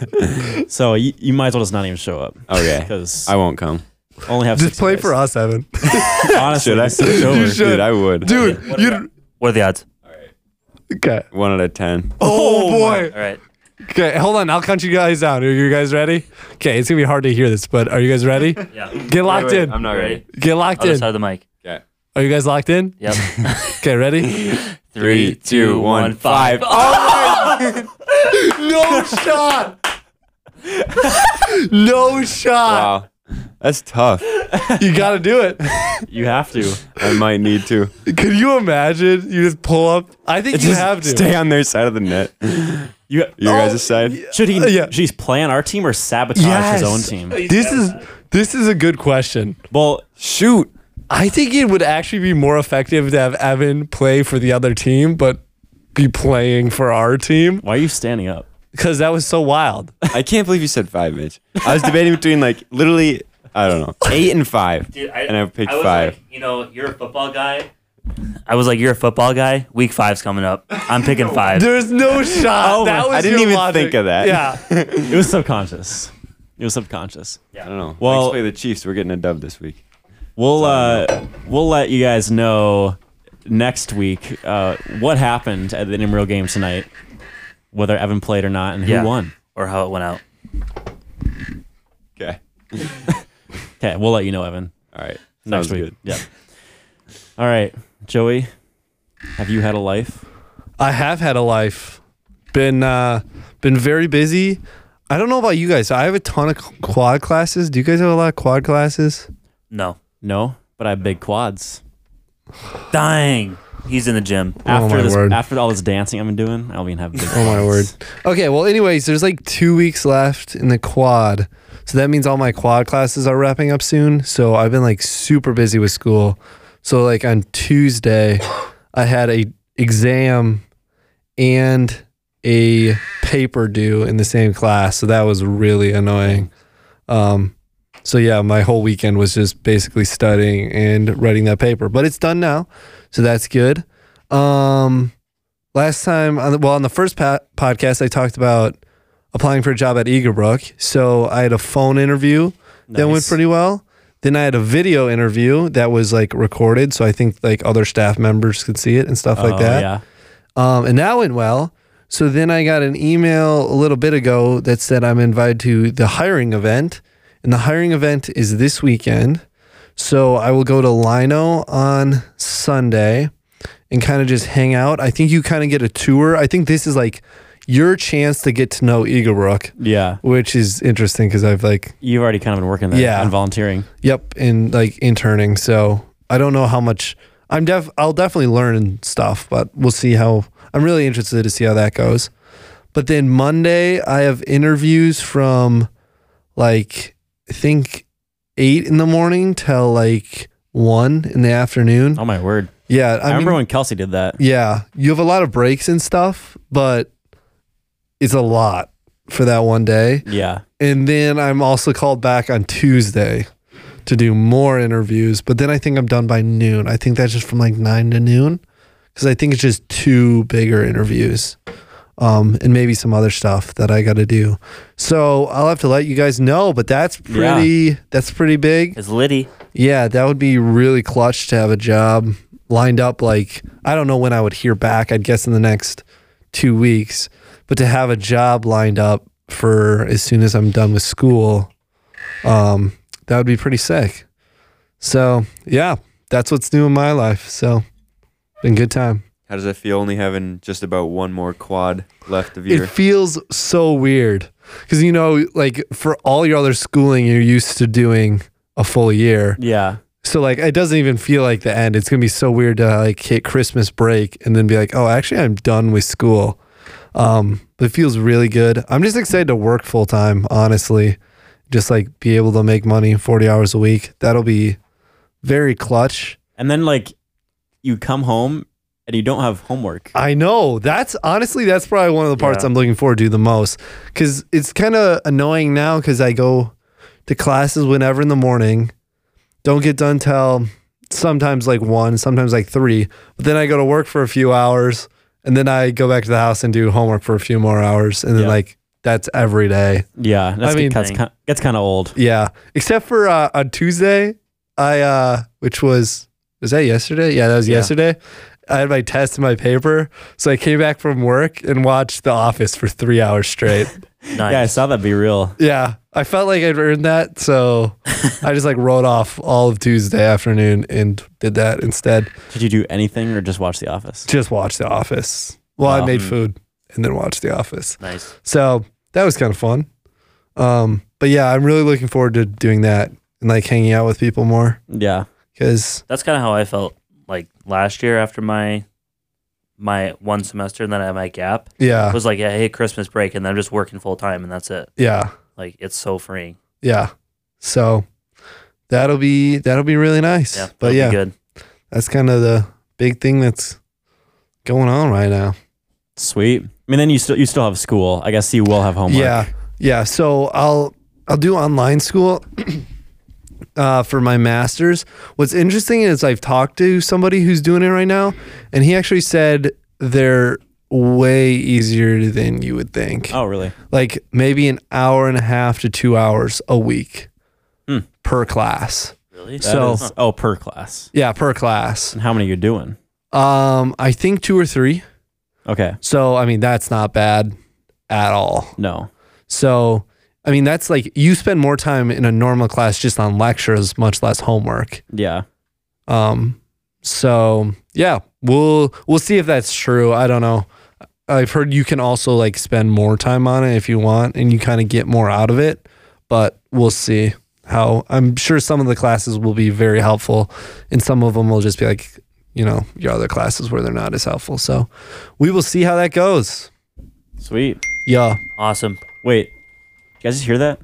[SPEAKER 2] So, you, you might as well just not even show up.
[SPEAKER 4] that. Okay.
[SPEAKER 2] Because
[SPEAKER 4] I won't come.
[SPEAKER 2] only have
[SPEAKER 3] Just
[SPEAKER 2] six
[SPEAKER 3] play
[SPEAKER 2] guys.
[SPEAKER 3] for us, Evan.
[SPEAKER 2] Honestly,
[SPEAKER 4] Should I?
[SPEAKER 2] this is over.
[SPEAKER 3] You should.
[SPEAKER 4] Dude, I would.
[SPEAKER 3] Dude, you
[SPEAKER 1] What are the odds?
[SPEAKER 3] okay?
[SPEAKER 4] One out of ten.
[SPEAKER 3] Oh, boy.
[SPEAKER 1] All right.
[SPEAKER 3] Okay, hold on. I'll count you guys down. Are you guys ready? Okay, it's gonna be hard to hear this, but are you guys ready?
[SPEAKER 1] Yeah.
[SPEAKER 3] Get locked in.
[SPEAKER 4] I'm not ready.
[SPEAKER 1] ready.
[SPEAKER 3] Get locked
[SPEAKER 1] Other
[SPEAKER 3] in.
[SPEAKER 1] side of the mic.
[SPEAKER 4] Okay.
[SPEAKER 3] Are you guys locked in?
[SPEAKER 1] Yep.
[SPEAKER 3] Okay, ready?
[SPEAKER 4] Three, two, one, five.
[SPEAKER 1] Oh!
[SPEAKER 3] no shot. no shot.
[SPEAKER 4] Wow. That's tough.
[SPEAKER 3] You got to do it.
[SPEAKER 2] You have to.
[SPEAKER 4] I might need to.
[SPEAKER 3] Could you imagine? You just pull up. I think you
[SPEAKER 4] Just
[SPEAKER 3] have to.
[SPEAKER 4] Stay on their side of the net.
[SPEAKER 2] You oh,
[SPEAKER 4] Your guys' side.
[SPEAKER 2] should he?
[SPEAKER 3] Uh, yeah.
[SPEAKER 2] Should he play on our team or sabotage
[SPEAKER 3] Yes.
[SPEAKER 2] his own team?
[SPEAKER 3] This is this is a good question.
[SPEAKER 2] Well,
[SPEAKER 4] Shoot.
[SPEAKER 3] I think it would actually be more effective to have Evan play for the other team, but be playing for our team
[SPEAKER 2] why are you standing up?
[SPEAKER 3] because that was so wild.
[SPEAKER 4] I can't believe you said five, Mitch. I was debating between like literally, I don't know, eight and five, and I picked five.
[SPEAKER 1] you know, you're a football guy. I was like, you're a football guy. Week five's coming up. I'm picking five.
[SPEAKER 3] There's no shot.
[SPEAKER 2] Oh my-
[SPEAKER 3] that was
[SPEAKER 4] I didn't
[SPEAKER 3] your
[SPEAKER 4] even
[SPEAKER 3] logic.
[SPEAKER 4] think of that.
[SPEAKER 3] Yeah.
[SPEAKER 2] It was subconscious. It was subconscious.
[SPEAKER 4] I don't know.
[SPEAKER 2] Well-
[SPEAKER 4] Let's play the Chiefs. We're getting a dub this week.
[SPEAKER 2] We'll uh, we'll let you guys know next week uh, what happened at the Nimril game tonight, whether Evan played or not, and who
[SPEAKER 1] Yeah.
[SPEAKER 2] won.
[SPEAKER 1] or how it went out.
[SPEAKER 4] Okay.
[SPEAKER 2] Okay, we'll let you know, Evan,
[SPEAKER 4] All right.
[SPEAKER 2] next
[SPEAKER 4] Sounds
[SPEAKER 2] week.
[SPEAKER 4] good.
[SPEAKER 2] Yeah. All right, Joey, have you had a life?
[SPEAKER 3] I have had a life. Been uh, been very busy. I don't know about you guys. I have a ton of quad classes. Do you guys have a lot of quad classes?
[SPEAKER 1] No.
[SPEAKER 2] No, but I have big quads.
[SPEAKER 1] Dying. He's in the gym.
[SPEAKER 2] After
[SPEAKER 3] Oh my
[SPEAKER 2] this,
[SPEAKER 3] word.
[SPEAKER 2] after all this dancing I've been doing, I'll be have big.
[SPEAKER 3] Oh my
[SPEAKER 2] quads.
[SPEAKER 3] word. Okay, well anyways, there's like 2 weeks left in the quad. So that means all my quad classes are wrapping up soon. So I've been like super busy with school. So like on Tuesday, I had a exam and a paper due in the same class. So that was really annoying. Um so yeah, my whole weekend was just basically studying and writing that paper. But it's done now. So that's good. Um last time on the, well on the first pa- podcast i talked about applying for a job at eagerbrook so i had a phone interview that went
[SPEAKER 2] Nice.
[SPEAKER 3] pretty well then i had a video interview that was like recorded so i think like other staff members could see it and stuff
[SPEAKER 2] Oh,
[SPEAKER 3] like that
[SPEAKER 2] Yeah.
[SPEAKER 3] um, and that went well so then i got an email a little bit ago that said i'm invited to the hiring event and the hiring event is this weekend so i will go to lino on sunday and kind of just hang out. I think you kind of get a tour. I think this is like your chance to get to know Eaglebrook,
[SPEAKER 2] Yeah.
[SPEAKER 3] which is interesting because I've like,
[SPEAKER 2] You've already kind of been working there
[SPEAKER 3] Yeah.
[SPEAKER 2] and volunteering.
[SPEAKER 3] yep, and like interning. So I don't know how much I'm def. I'll definitely learn and stuff, but we'll see how. I'm really interested to see how that goes. But then Monday, I have interviews from like I think eight in the morning till like one in the afternoon.
[SPEAKER 2] Oh my word!
[SPEAKER 3] Yeah,
[SPEAKER 2] I, remember
[SPEAKER 3] mean-
[SPEAKER 2] when Kelsey did that.
[SPEAKER 3] Yeah, you have a lot of breaks and stuff, but it's a lot for that one day.
[SPEAKER 2] Yeah.
[SPEAKER 3] And then I'm also called back on Tuesday to do more interviews, but then I think I'm done by noon. I think that's just from like 9 to noon cuz I think it's just two bigger interviews. Um, and maybe some other stuff that I got to do. So I'll have to let you guys know, but that's
[SPEAKER 2] Yeah.
[SPEAKER 3] pretty, that's pretty big.
[SPEAKER 1] It's Liddy.
[SPEAKER 3] Yeah, that would be really clutch to have a job lined up. Like, I don't know when I would hear back. I'd guess in the next two weeks, but to have a job lined up for as soon as I'm done with school, um, that would be pretty sick. So, yeah, that's what's new in my life. So, been good time.
[SPEAKER 4] How does it feel only having just about one more quad left of
[SPEAKER 3] It
[SPEAKER 4] your
[SPEAKER 3] feels so weird because, you know, like for all your other schooling, you're used to doing a full year.
[SPEAKER 2] Yeah.
[SPEAKER 3] So like it doesn't even feel like the end. It's gonna be so weird to like hit Christmas break and then be like, oh, actually I'm done with school. Um, but it feels really good. I'm just excited to work full time, honestly. Just like be able to make money 40 hours a week. That'll be very clutch.
[SPEAKER 2] And then like you come home and you don't have homework.
[SPEAKER 3] I know. That's honestly, that's probably one of the parts
[SPEAKER 1] Yeah.
[SPEAKER 3] I'm looking forward to the most. Cause it's kind of annoying now because I go to classes whenever in the morning, don't get done till sometimes like one, sometimes like three. But then I go to work for a few hours and then I go back to the house and do homework for a few more hours. And then
[SPEAKER 2] Yeah.
[SPEAKER 3] like that's every day.
[SPEAKER 2] Yeah. That's
[SPEAKER 3] I mean-
[SPEAKER 2] that's, kind, that's kind of old.
[SPEAKER 3] Yeah. Except for uh, on Tuesday, I uh which was was that yesterday? Yeah, that was
[SPEAKER 2] Yeah.
[SPEAKER 3] yesterday. I had my test and my paper. So I came back from work and watched The Office for three hours straight.
[SPEAKER 1] Nice.
[SPEAKER 2] Yeah, I saw that be real.
[SPEAKER 3] yeah. I felt like I'd earned that. So I just like wrote off all of Tuesday afternoon and did that instead.
[SPEAKER 2] Did you do anything or just watch The Office?
[SPEAKER 3] Just watched The Office. Well, I
[SPEAKER 2] Wow. Mm.
[SPEAKER 3] made food and then watched The Office.
[SPEAKER 1] Nice.
[SPEAKER 3] So that was kind of fun. Um, but yeah, I'm really looking forward to doing that and like hanging out with people more
[SPEAKER 2] Yeah.
[SPEAKER 3] because
[SPEAKER 1] That's kind of how I felt like last year after my my one semester and then I had my gap. It
[SPEAKER 3] Yeah,
[SPEAKER 1] was like, yeah, I hate Christmas break and then I'm just working full time and that's it.
[SPEAKER 3] yeah,
[SPEAKER 1] Like it's so freeing.
[SPEAKER 3] yeah. So that'll be that'll be really nice.
[SPEAKER 1] Yeah.
[SPEAKER 3] but
[SPEAKER 1] it'll be
[SPEAKER 3] yeah,
[SPEAKER 1] good.
[SPEAKER 3] that's kind of the big thing that's going on right now.
[SPEAKER 2] Sweet. I mean, then you still you still have school. I guess you will have homework.
[SPEAKER 3] Yeah, yeah. So I'll I'll do online school uh, for my masters. What's interesting is I've talked to somebody who's doing it right now, and he actually said their way easier than you would think.
[SPEAKER 2] Oh, really?
[SPEAKER 3] Like maybe an hour and a half to two hours a week
[SPEAKER 2] Hmm.
[SPEAKER 3] per class.
[SPEAKER 1] Really?
[SPEAKER 2] That
[SPEAKER 3] So-
[SPEAKER 2] is- oh, per class.
[SPEAKER 3] Yeah, per class.
[SPEAKER 2] And how many you're doing?
[SPEAKER 3] Um, I think two or three.
[SPEAKER 2] Okay.
[SPEAKER 3] So I mean, that's not bad at all.
[SPEAKER 2] No.
[SPEAKER 3] So I mean, that's like you spend more time in a normal class just on lectures, much less homework.
[SPEAKER 2] Yeah.
[SPEAKER 3] Um, so yeah, we'll we'll see if that's true. I don't know. I've heard you can also like spend more time on it if you want, and you kind of get more out of it. But we'll see how. I'm sure some of the classes will be very helpful, and some of them will just be like, you know, your other classes where they're not as helpful. So we will see how that goes.
[SPEAKER 2] Sweet.
[SPEAKER 3] Yeah,
[SPEAKER 1] Awesome.
[SPEAKER 2] Wait. You guys just hear that?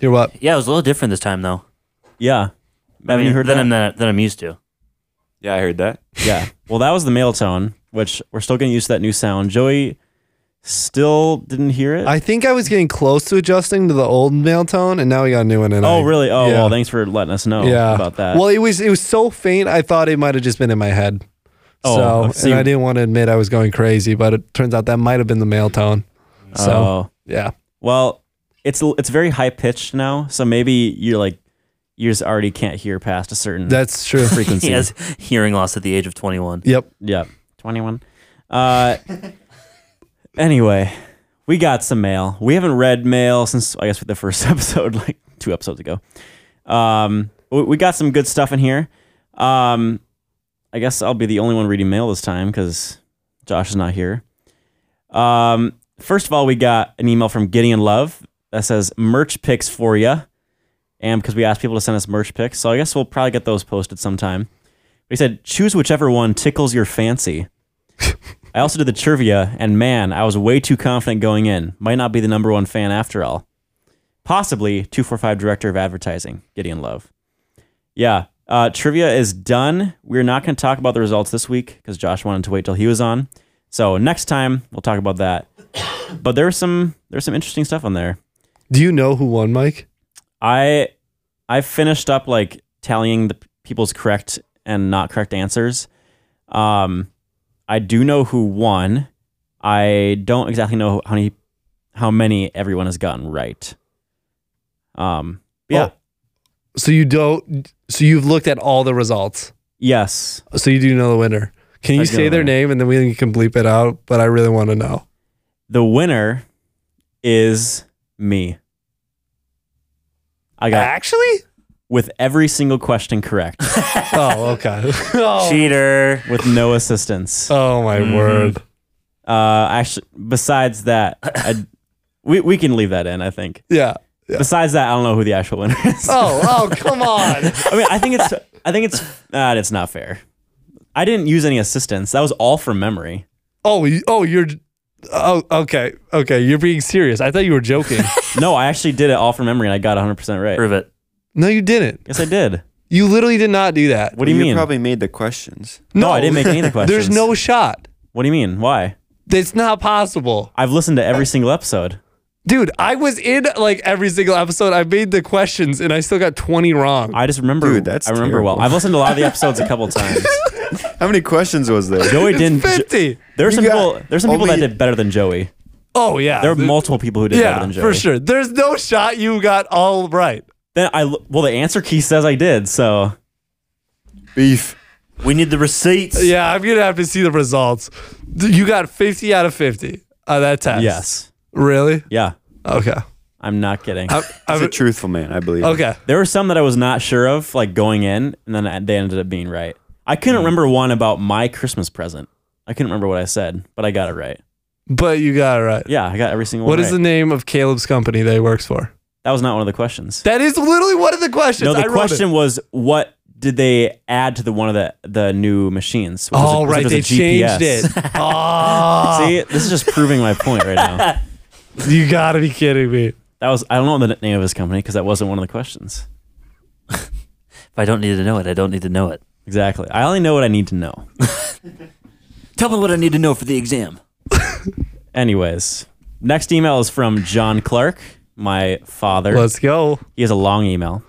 [SPEAKER 3] you're what?
[SPEAKER 1] Yeah, it was a little different this time though. I
[SPEAKER 2] Yeah. Haven't
[SPEAKER 1] mean,
[SPEAKER 2] you heard
[SPEAKER 1] than
[SPEAKER 2] that?
[SPEAKER 1] I'm than, than I'm used to.
[SPEAKER 4] Yeah, I heard that.
[SPEAKER 2] yeah. Well, that was the male tone, which we're still getting used to that new sound. Joey still didn't hear it.
[SPEAKER 3] I think I was getting close to adjusting to the old male tone, and now we got a new one. And
[SPEAKER 2] oh,
[SPEAKER 3] I-
[SPEAKER 2] really? Oh,
[SPEAKER 3] yeah.
[SPEAKER 2] well, thanks for letting us know
[SPEAKER 3] yeah.
[SPEAKER 2] about that.
[SPEAKER 3] Well, it was it was so faint. I thought it might have just been in my head.
[SPEAKER 2] Oh,
[SPEAKER 3] so
[SPEAKER 2] I see.
[SPEAKER 3] and I didn't want to admit I was going crazy, but it turns out that might have been the male tone. So
[SPEAKER 2] Oh.
[SPEAKER 3] yeah,
[SPEAKER 2] well, it's it's very high pitched now, so maybe you're like you just already can't hear past a certain
[SPEAKER 3] that's true.
[SPEAKER 2] frequency.
[SPEAKER 1] He has hearing loss at the age of 21.
[SPEAKER 3] yep.
[SPEAKER 2] Yeah. 21. Uh, anyway, we got some mail. We haven't read mail since, I guess, the first episode, like two episodes ago. Um, we, we got some good stuff in here. Um, I guess I'll be the only one reading mail this time because Josh is not here. Um, first of all, we got an email from Gideon Love that says merch picks for ya. And because we asked people to send us merch picks, so I guess we'll probably get those posted sometime. He said, choose whichever one tickles your fancy. I also did the trivia, and man, I was way too confident going in. Might not be the number one fan after all. Possibly 245 director of advertising, Gideon Love. Yeah, uh, trivia is done. We're not going to talk about the results this week because Josh wanted to wait till he was on. So next time we'll talk about that. But there's some there's some interesting stuff on there.
[SPEAKER 3] Do you know who won, Mike?
[SPEAKER 2] I I finished up like tallying the people's correct and not correct answers. Um, I do know who won. I don't exactly know how many how many everyone has gotten right. Um, but yeah.
[SPEAKER 3] Oh. So you don't. So you've looked at all the results.
[SPEAKER 2] Yes.
[SPEAKER 3] So you do know the winner. Can you
[SPEAKER 2] I do
[SPEAKER 3] say
[SPEAKER 2] know the
[SPEAKER 3] their
[SPEAKER 2] winner.
[SPEAKER 3] name and then we can bleep it out? But I really want to know.
[SPEAKER 2] The winner is me. I
[SPEAKER 3] Ah.
[SPEAKER 2] got
[SPEAKER 3] Actually.
[SPEAKER 2] with every single question correct
[SPEAKER 3] oh okay. oh.
[SPEAKER 1] Cheater.
[SPEAKER 2] with no assistance.
[SPEAKER 3] Oh, my
[SPEAKER 2] Mm-hmm.
[SPEAKER 1] Mhm.
[SPEAKER 3] word.
[SPEAKER 2] Uh, actually, besides that, I, we we can leave that in. I think.
[SPEAKER 3] Yeah. Yeah.
[SPEAKER 2] Besides that, I don't know who the actual winner is.
[SPEAKER 3] Oh oh come on.
[SPEAKER 2] I mean, I think it's I think it's uh, it's not fair. I didn't use any assistance. That was all from memory.
[SPEAKER 3] Oh you- oh you're. Oh okay okay you're being serious. I thought you were joking.
[SPEAKER 2] No, I actually did it all from memory, and I got 100 percent right.
[SPEAKER 1] Prove it.
[SPEAKER 3] no you didn't.
[SPEAKER 2] Yes, I did.
[SPEAKER 3] You literally did not do that.
[SPEAKER 2] What do you, mean?
[SPEAKER 4] probably made the questions.
[SPEAKER 2] no, I didn't make any of the questions.
[SPEAKER 3] There's no shot.
[SPEAKER 2] What do you mean? Why?
[SPEAKER 3] That's not possible.
[SPEAKER 2] I've listened to every single episode.
[SPEAKER 3] Dude, I was in like every single episode. I made the questions and I still got 20 wrong.
[SPEAKER 2] I just remember.
[SPEAKER 4] Dude, that's
[SPEAKER 2] I remember well.
[SPEAKER 4] terrible.
[SPEAKER 2] I've listened to a lot of the episodes a couple times.
[SPEAKER 4] How many questions was there?
[SPEAKER 2] Joey didn't. Jo-
[SPEAKER 3] 50.
[SPEAKER 2] there were some
[SPEAKER 4] got
[SPEAKER 2] people. There's some people that
[SPEAKER 4] only-
[SPEAKER 2] did better than Joey.
[SPEAKER 3] Oh, yeah.
[SPEAKER 2] There were multiple people who did better
[SPEAKER 3] yeah,
[SPEAKER 2] than Joey.
[SPEAKER 3] for sure. There's no shot you got all right.
[SPEAKER 2] Then I l- well, the answer key says I did. So
[SPEAKER 4] Beef.
[SPEAKER 1] We need the receipts.
[SPEAKER 3] Yeah, I'm going to have to see the results. You got 50 out of 50 on that test.
[SPEAKER 2] yes,
[SPEAKER 3] Really?
[SPEAKER 2] yeah,
[SPEAKER 3] Okay.
[SPEAKER 2] I'm not kidding.
[SPEAKER 3] I,
[SPEAKER 4] He's a
[SPEAKER 3] I,
[SPEAKER 4] truthful man, I believe.
[SPEAKER 3] okay.
[SPEAKER 2] there were some that I was not sure of, like going in, and then I, they ended up being right. I couldn't
[SPEAKER 3] Mm.
[SPEAKER 2] remember one about my Christmas present. I couldn't remember what I said, but I got it right.
[SPEAKER 3] But you got it right.
[SPEAKER 2] Yeah, I got every single
[SPEAKER 3] What
[SPEAKER 2] one.
[SPEAKER 3] is the
[SPEAKER 2] right.
[SPEAKER 3] name of Caleb's company that he works for?
[SPEAKER 2] That was not one of the questions.
[SPEAKER 3] That is literally one of the questions.
[SPEAKER 2] no,
[SPEAKER 3] I
[SPEAKER 2] the
[SPEAKER 3] wrote it.
[SPEAKER 2] question was what did they add to the one of the the new machines? which was a-
[SPEAKER 3] Oh,
[SPEAKER 2] which
[SPEAKER 3] right.
[SPEAKER 2] was a
[SPEAKER 3] They changed
[SPEAKER 2] GPS.
[SPEAKER 3] it. Oh,
[SPEAKER 2] See, this is just proving my point right now.
[SPEAKER 3] you got to be kidding me.
[SPEAKER 2] That was I don't know the name of his company because that wasn't one of the questions.
[SPEAKER 1] If I don't need to know it, I don't need to know it.
[SPEAKER 2] Exactly. I only know what I need to know.
[SPEAKER 1] Tell me what I need to know for the exam.
[SPEAKER 2] Anyways, next email is from John Clark, my father.
[SPEAKER 3] Let's go.
[SPEAKER 2] He has a long email.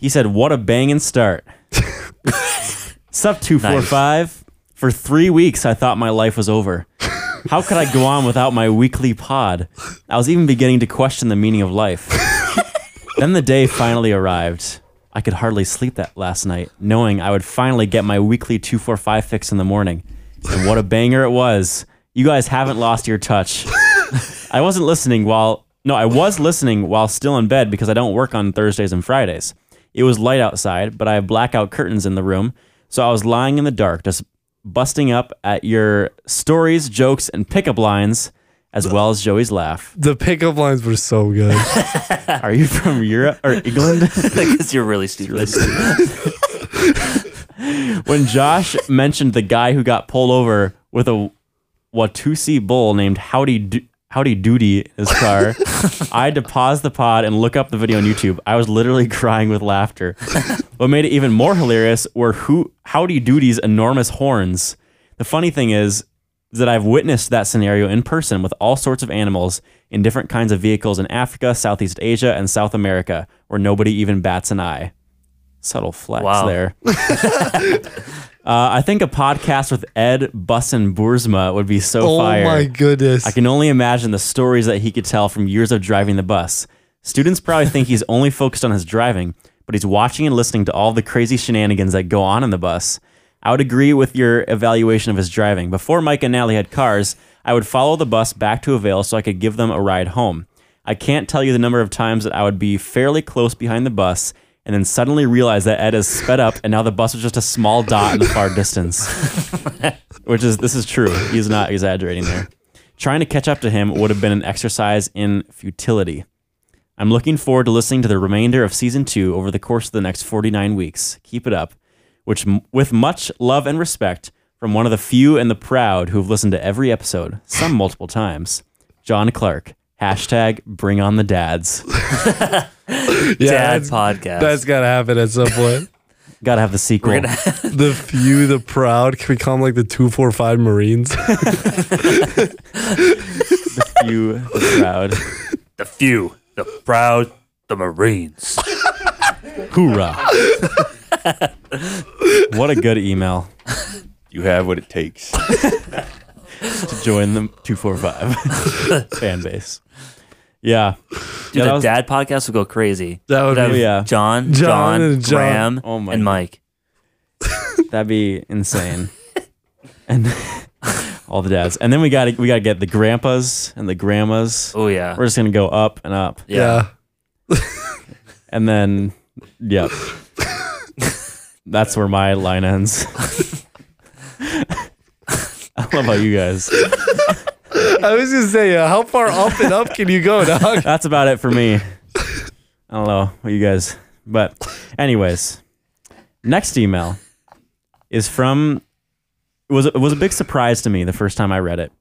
[SPEAKER 2] He said, What a banging start. Sup 245. For three weeks, I thought my life was over. How could I go on without my weekly pod? I was even beginning to question the meaning of life. then the day finally arrived. I could hardly sleep that last night, knowing I would finally get my weekly 245 fix in the morning. And what a banger it was. You guys haven't lost your touch. I wasn't listening while no, I was listening while still in bed because I don't work on Thursdays and Fridays. It was light outside, but I have blackout curtains in the room, so I was lying in the dark, just busting up at your stories, jokes, and pickup lines, as well as Joey's laugh.
[SPEAKER 3] The pickup lines were so good.
[SPEAKER 2] Are you from Europe or England?
[SPEAKER 1] because you're really stupid.
[SPEAKER 2] when Josh mentioned the guy who got pulled over with a Watusi bull named Howdy Do- Howdy Doody in his car, I had to pause the pod and look up the video on YouTube. I was literally crying with laughter. what made it even more hilarious were who Howdy Doody's enormous horns. The funny thing is that I've witnessed that scenario in person with all sorts of animals in different kinds of vehicles in Africa, Southeast Asia, and South America, where nobody even bats an eye. Subtle flex
[SPEAKER 1] Wow.
[SPEAKER 2] there. Uh, I think a podcast with Ed Bussin Burzma would be so
[SPEAKER 3] oh
[SPEAKER 2] fire.
[SPEAKER 3] my goodness.
[SPEAKER 2] I can only imagine the stories that he could tell from years of driving the bus. Students probably think he's only focused on his driving, but he's watching and listening to all the crazy shenanigans that go on in the bus. I would agree with your evaluation of his driving. Before Mike and Natalie had cars, I would follow the bus back to Avail so I could give them a ride home. I can't tell you the number of times that I would be fairly close behind the bus and then suddenly realize that Ed has sped up and now the bus was just a small dot in the far distance. Which is, this is true. He's not exaggerating there. Trying to catch up to him would have been an exercise in futility. I'm looking forward to listening to the remainder of season two over the course of the next 49 weeks. Keep it up. Which, m- with much love and respect from one of the few and the proud who have listened to every episode, some multiple times, John Clark. Hashtag bring on the dads.
[SPEAKER 3] yeah,
[SPEAKER 1] Dad
[SPEAKER 3] that's-
[SPEAKER 1] podcast.
[SPEAKER 3] That's gotta happen at some point.
[SPEAKER 2] Gotta have the sequel.
[SPEAKER 3] the few, the proud, can become like the two four five Marines.
[SPEAKER 2] you the proud.
[SPEAKER 1] the few, the proud, the Marines.
[SPEAKER 2] Hoorah. what a good email
[SPEAKER 4] You have what it takes.
[SPEAKER 2] to join the 245 fan base. Yeah.
[SPEAKER 1] Dude,
[SPEAKER 2] Yeah, that
[SPEAKER 1] the
[SPEAKER 2] was-
[SPEAKER 1] dad podcast would go crazy.
[SPEAKER 3] That would
[SPEAKER 1] That'd
[SPEAKER 2] be- yeah.
[SPEAKER 1] John,
[SPEAKER 3] John
[SPEAKER 1] John,
[SPEAKER 3] and John.
[SPEAKER 1] Graham,
[SPEAKER 2] Oh my
[SPEAKER 1] and
[SPEAKER 2] God.
[SPEAKER 1] Mike.
[SPEAKER 2] That'd be insane. and all the dads. And then we got to we got to get the grandpas and the grandmas.
[SPEAKER 1] Oh yeah.
[SPEAKER 2] We're just going to go up and up.
[SPEAKER 3] yeah.
[SPEAKER 2] And then yep. That's where my line ends. I love how you guys.
[SPEAKER 3] I was gonna say, uh, how far up and up can you go, dog?
[SPEAKER 2] That's about it for me. I don't know what you guys. But anyways, next email is from it was it was a big surprise to me the first time I read it.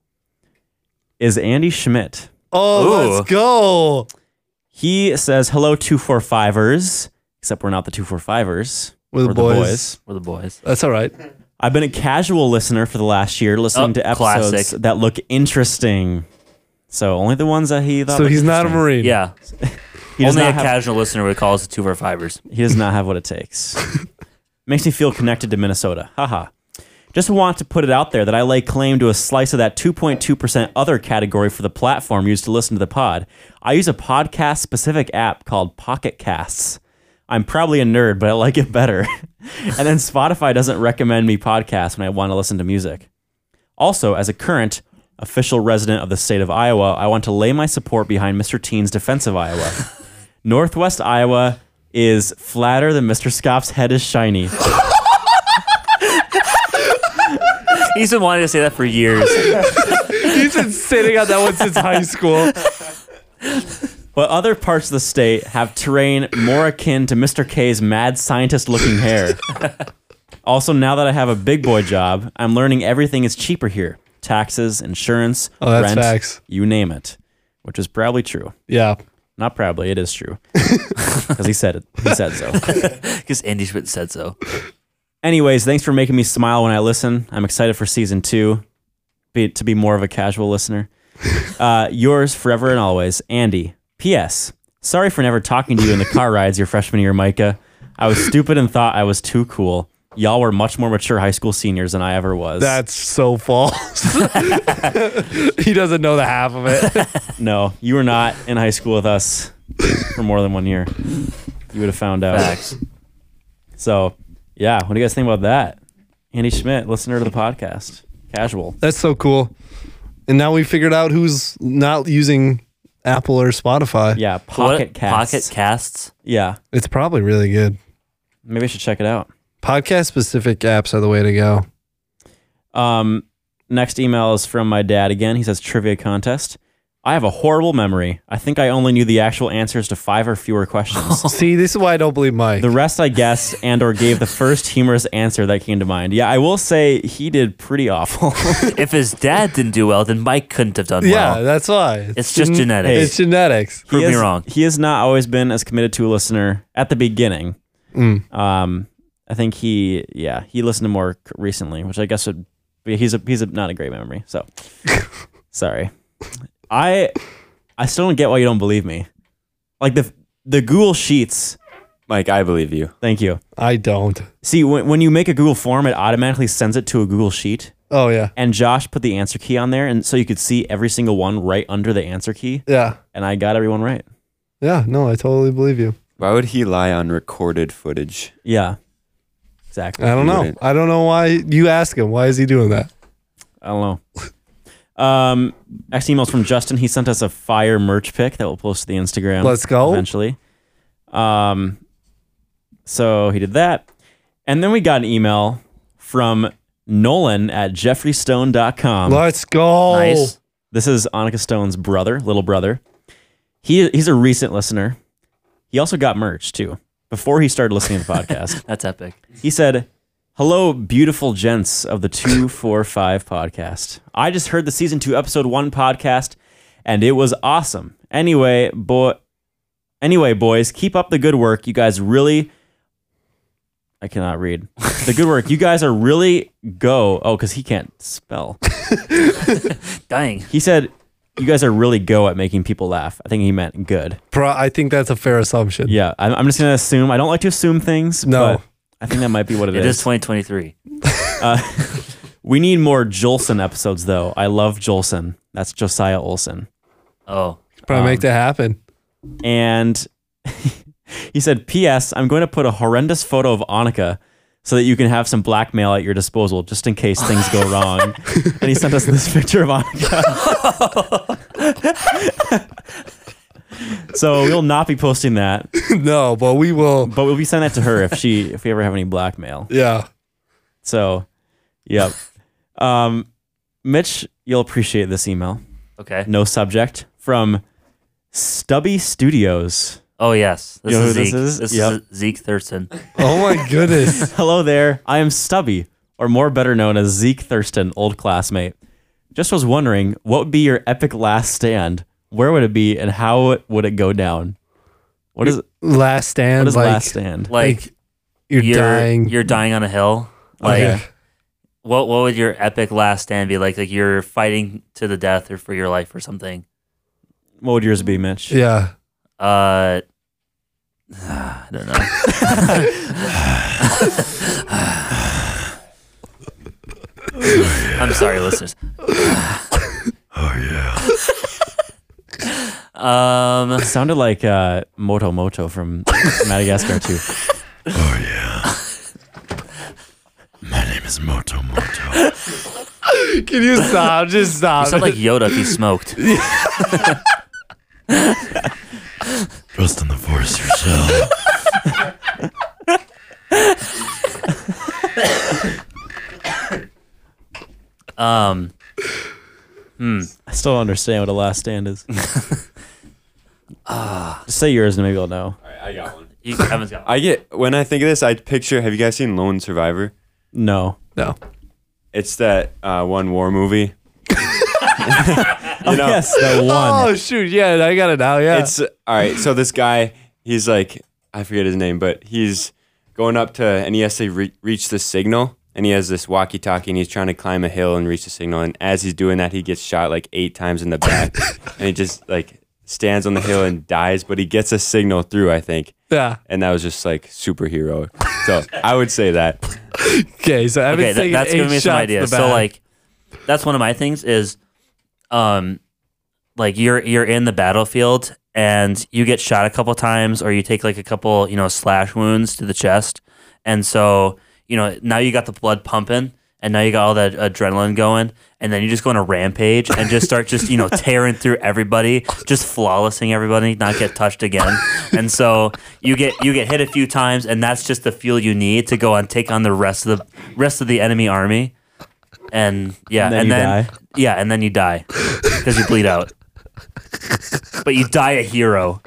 [SPEAKER 2] Is Andy Schmidt.
[SPEAKER 3] Oh,
[SPEAKER 1] Ooh.
[SPEAKER 3] let's go.
[SPEAKER 2] He says, "Hello 245ers." Except we're not the 245ers.
[SPEAKER 3] We're the
[SPEAKER 2] We're
[SPEAKER 3] boys.
[SPEAKER 1] We're the boys.
[SPEAKER 3] That's all right.
[SPEAKER 2] I've been a casual listener for the last year, listening
[SPEAKER 1] Oh,
[SPEAKER 2] to episodes
[SPEAKER 1] classic.
[SPEAKER 2] that look interesting. So only the ones that he thought.
[SPEAKER 3] So
[SPEAKER 2] looked
[SPEAKER 3] he's not a
[SPEAKER 2] interesting.
[SPEAKER 3] Marine.
[SPEAKER 1] Yeah.
[SPEAKER 2] He does
[SPEAKER 1] Only a
[SPEAKER 2] not have-
[SPEAKER 1] casual listener would call us a two for fivers.
[SPEAKER 2] He does not have what it takes. Makes me feel connected to Minnesota. Haha. Just want to put it out there that I lay claim to a slice of that 2.2% other category for the platform used to listen to the pod. I use a podcast specific app called Pocket Casts. I'm probably a nerd, but I like it better. and then Spotify doesn't recommend me podcasts when I want to listen to music. Also, as a current official resident of the state of Iowa, I want to lay my support behind Mr. Teen's defense of Iowa. Northwest Iowa is flatter than Mr. Scott's head is shiny.
[SPEAKER 1] He's been wanting to say that for years.
[SPEAKER 3] He's been sitting on that one since high school.
[SPEAKER 2] But other parts of the state have terrain more akin to Mr. K's mad scientist looking hair. also, now that I have a big boy job, I'm learning everything is cheaper here taxes, insurance,
[SPEAKER 3] Oh, that's
[SPEAKER 2] rent,
[SPEAKER 3] facts.
[SPEAKER 2] you name it, which is probably true.
[SPEAKER 3] Yeah.
[SPEAKER 2] Not probably, it is true. Because he said it. He said so.
[SPEAKER 1] Because Andy Schmidt said so.
[SPEAKER 2] Anyways, thanks for making me smile when I listen. I'm excited for season two, be, to be more of a casual listener. Uh, yours forever and always, Andy. P.S. Sorry for never talking to you in the car rides your freshman year, Micah. I was stupid and thought I was too cool. y'all were much more mature high school seniors than I ever was.
[SPEAKER 3] That's so false. he doesn't know the half of it.
[SPEAKER 2] no, you were not in high school with us for more than one year. You would have found out.
[SPEAKER 1] Facts.
[SPEAKER 2] So, yeah, what do you guys think about that? Andy Schmidt, listener to the podcast, casual.
[SPEAKER 3] That's so cool. And now we figured out who's not using Apple or Spotify.
[SPEAKER 2] Yeah,
[SPEAKER 1] What-
[SPEAKER 2] pocket cast.
[SPEAKER 1] Pocket casts.
[SPEAKER 2] Yeah,
[SPEAKER 3] It's probably really good.
[SPEAKER 2] maybe I should check it out.
[SPEAKER 3] Podcast specific apps are the way to go.
[SPEAKER 2] Um, next email is from my dad again. He says trivia contest. I have a horrible memory. I think I only knew the actual answers to five or fewer questions.
[SPEAKER 3] See, this is why I don't believe Mike.
[SPEAKER 2] The rest I guessed and or gave the first humorous answer that came to mind. Yeah, I will say he did pretty awful.
[SPEAKER 1] If his dad didn't do well, then Mike couldn't have done
[SPEAKER 3] yeah,
[SPEAKER 1] well.
[SPEAKER 3] that's why.
[SPEAKER 1] It's just
[SPEAKER 3] gen-
[SPEAKER 1] genetics.
[SPEAKER 3] It's genetics.
[SPEAKER 2] He
[SPEAKER 1] Prove me
[SPEAKER 2] has-
[SPEAKER 1] wrong.
[SPEAKER 2] He has not always been as committed to a listener at the beginning.
[SPEAKER 3] Mm.
[SPEAKER 2] Um, I think he, yeah, he listened to more c- recently, which I guess would be he's a he's a, not a great memory. So sorry, I I still don't get why you don't believe me. Like the the Google Sheets.
[SPEAKER 4] Mike, I believe you.
[SPEAKER 2] Thank you.
[SPEAKER 3] I don't.
[SPEAKER 2] See, when, when you make a Google form, it automatically sends it to a Google Sheet.
[SPEAKER 3] Oh yeah.
[SPEAKER 2] and Josh put the answer key on there, and so you could see every single one right under the answer key,
[SPEAKER 3] Yeah.
[SPEAKER 2] and I got everyone right.
[SPEAKER 3] Yeah. No, I totally believe you.
[SPEAKER 4] Why would he lie on recorded footage?
[SPEAKER 2] Yeah, exactly.
[SPEAKER 3] I don't
[SPEAKER 4] You
[SPEAKER 3] know.
[SPEAKER 4] wouldn't.
[SPEAKER 3] I don't know why you ask him. Why is he doing that?
[SPEAKER 2] I don't know. Um, next email's from Justin. He sent us a fire merch pick that we'll post to the Instagram.
[SPEAKER 3] Let's go.
[SPEAKER 2] eventually. Um, so he did that, and then we got an email from Nolan at jeffreystone.com.
[SPEAKER 3] Let's
[SPEAKER 2] Oh.
[SPEAKER 3] go.
[SPEAKER 1] Um, Nice.
[SPEAKER 2] This is Annika Stone's brother, little brother. He he's a recent listener. He also got merch too before he started listening to the podcast.
[SPEAKER 1] That's epic.
[SPEAKER 2] he said, "Hello, beautiful gents of the Two Four Five podcast. I just heard the season two episode one podcast, and it was awesome. Anyway, boy, anyway, boys, keep up the good work. You guys really." I cannot read. The good work. You guys are really go. Oh, because he can't spell.
[SPEAKER 1] Dang.
[SPEAKER 2] He said, "You guys are really go at making people laugh." I think he meant good.
[SPEAKER 3] Pro- I think that's a fair assumption.
[SPEAKER 2] Yeah, I'm, I'm just gonna assume. I don't like to assume things.
[SPEAKER 3] No.
[SPEAKER 2] but I think that might be what
[SPEAKER 1] It is
[SPEAKER 2] is.
[SPEAKER 1] 2023.
[SPEAKER 2] We need more Jolson episodes, though. I love Jolson. That's Josiah Olson.
[SPEAKER 1] Oh,
[SPEAKER 3] Probably make that happen.
[SPEAKER 2] And he said, "P.S. I'm going to put a horrendous photo of Annika." So that you can have some blackmail at your disposal, just in case things go wrong. and he sent us this picture of Annika. so we'll not be posting that.
[SPEAKER 3] no, but we will.
[SPEAKER 2] but we'll be sending that to her if she if we ever have any blackmail.
[SPEAKER 3] Yeah.
[SPEAKER 2] So, yep. Um, Mitch, you'll appreciate this email.
[SPEAKER 1] okay.
[SPEAKER 2] No subject from Stubby Studios.
[SPEAKER 1] Oh yes, this
[SPEAKER 2] You know
[SPEAKER 1] is
[SPEAKER 2] who this
[SPEAKER 1] Zeke.
[SPEAKER 2] is? Yep.
[SPEAKER 1] Zeke Thurston.
[SPEAKER 3] Oh my goodness.
[SPEAKER 2] Hello there. I am Stubby, or more better known as Zeke Thurston, old classmate. Just was wondering what would be your epic last stand? Where would it be, and how it- would it go down? What is what
[SPEAKER 3] last stand.
[SPEAKER 2] is
[SPEAKER 3] like,
[SPEAKER 2] last stand?
[SPEAKER 1] Like,
[SPEAKER 3] Like, you're,
[SPEAKER 1] you're
[SPEAKER 3] dying. Oh,
[SPEAKER 1] You're dying on a hill. Like
[SPEAKER 3] Okay.
[SPEAKER 1] what? What would your epic last stand be like? Like you're fighting to the death or for your life or something.
[SPEAKER 2] What would yours be, Mitch?
[SPEAKER 3] yeah.
[SPEAKER 1] Uh, I don't know. I'm sorry, listeners. oh yeah. um.
[SPEAKER 2] Sounded like uh, Moto Moto from Madagascar too.
[SPEAKER 3] Can you stop? Just
[SPEAKER 1] You
[SPEAKER 3] stop.
[SPEAKER 1] sound like Yoda if he smoked.
[SPEAKER 5] Trust in the force yourself.
[SPEAKER 1] Um.
[SPEAKER 2] I still don't understand what a last stand is. Just say yours and maybe I'll know.
[SPEAKER 4] I got one.
[SPEAKER 1] You, Evan's got
[SPEAKER 4] I get when I think of this, I picture. Have you guys seen Lone Survivor?
[SPEAKER 2] No.
[SPEAKER 3] no.
[SPEAKER 4] It's that uh, one war movie. you know,
[SPEAKER 2] Yes, the one.
[SPEAKER 3] Oh shoot! Yeah, I got it now. Yeah.
[SPEAKER 4] it's all right. So this guy, he's like, I forget his name, but he's going up to, and he has to re- reach the signal, and he has this walkie-talkie, and he's trying to climb a hill and reach the signal, and as he's doing that, he gets shot like eight times in the back, and he just like stands on the hill and dies, but he gets a signal through, I think,
[SPEAKER 3] yeah.
[SPEAKER 4] and that was just like superhero. So I would say that.
[SPEAKER 3] Okay, so Evan's
[SPEAKER 1] okay,
[SPEAKER 3] taking
[SPEAKER 1] that, that's
[SPEAKER 3] eight
[SPEAKER 1] giving me some
[SPEAKER 3] shots to
[SPEAKER 1] ideas.
[SPEAKER 3] the
[SPEAKER 1] So
[SPEAKER 3] back.
[SPEAKER 1] like, that's one of my things is, um, like you're you're in the battlefield and you get shot a couple times or you take like a couple you know slash wounds to the chest, and so you know now you got the blood pumping and now you got all that adrenaline going and then you just go on a rampage and just start just you know tearing through everybody just flawlessing everybody not get touched again and so you get you get hit a few times and that's just the fuel you need to go and take on the rest of the rest of the enemy army and yeah
[SPEAKER 2] And
[SPEAKER 1] and
[SPEAKER 2] then
[SPEAKER 1] then,
[SPEAKER 2] you die.
[SPEAKER 1] yeah and then you die because you bleed out but you die a hero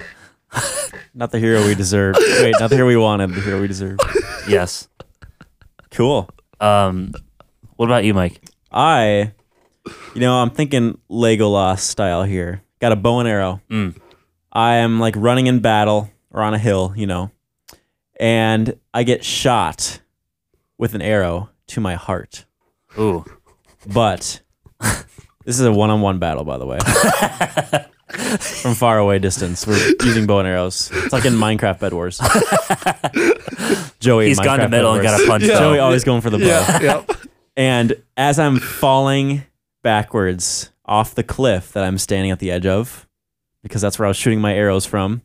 [SPEAKER 2] Not the hero we deserved. Wait, not the hero we wanted. The hero we deserved.
[SPEAKER 1] yes
[SPEAKER 2] Cool.
[SPEAKER 1] um what about you mike
[SPEAKER 2] I, you know, I'm thinking Legolas style here. Got a bow and arrow.
[SPEAKER 1] Mm.
[SPEAKER 2] I am like running in battle or on a hill, you know, and I get shot with an arrow to my heart.
[SPEAKER 1] ooh
[SPEAKER 2] But this is a one-on-one battle, by the way. From far away distance, we're using bow and arrows. It's like in Minecraft Bed Wars. Joey,
[SPEAKER 1] he's
[SPEAKER 2] Minecraft
[SPEAKER 1] gone to
[SPEAKER 2] Bed
[SPEAKER 1] middle and
[SPEAKER 2] Wars.
[SPEAKER 1] got a punch
[SPEAKER 3] Yeah.
[SPEAKER 1] though.
[SPEAKER 2] Joey always going for the bow.
[SPEAKER 1] uh,
[SPEAKER 3] yeah, yep.
[SPEAKER 2] And as I'm falling backwards off the cliff that I'm standing at the edge of, because that's where I was shooting my arrows from,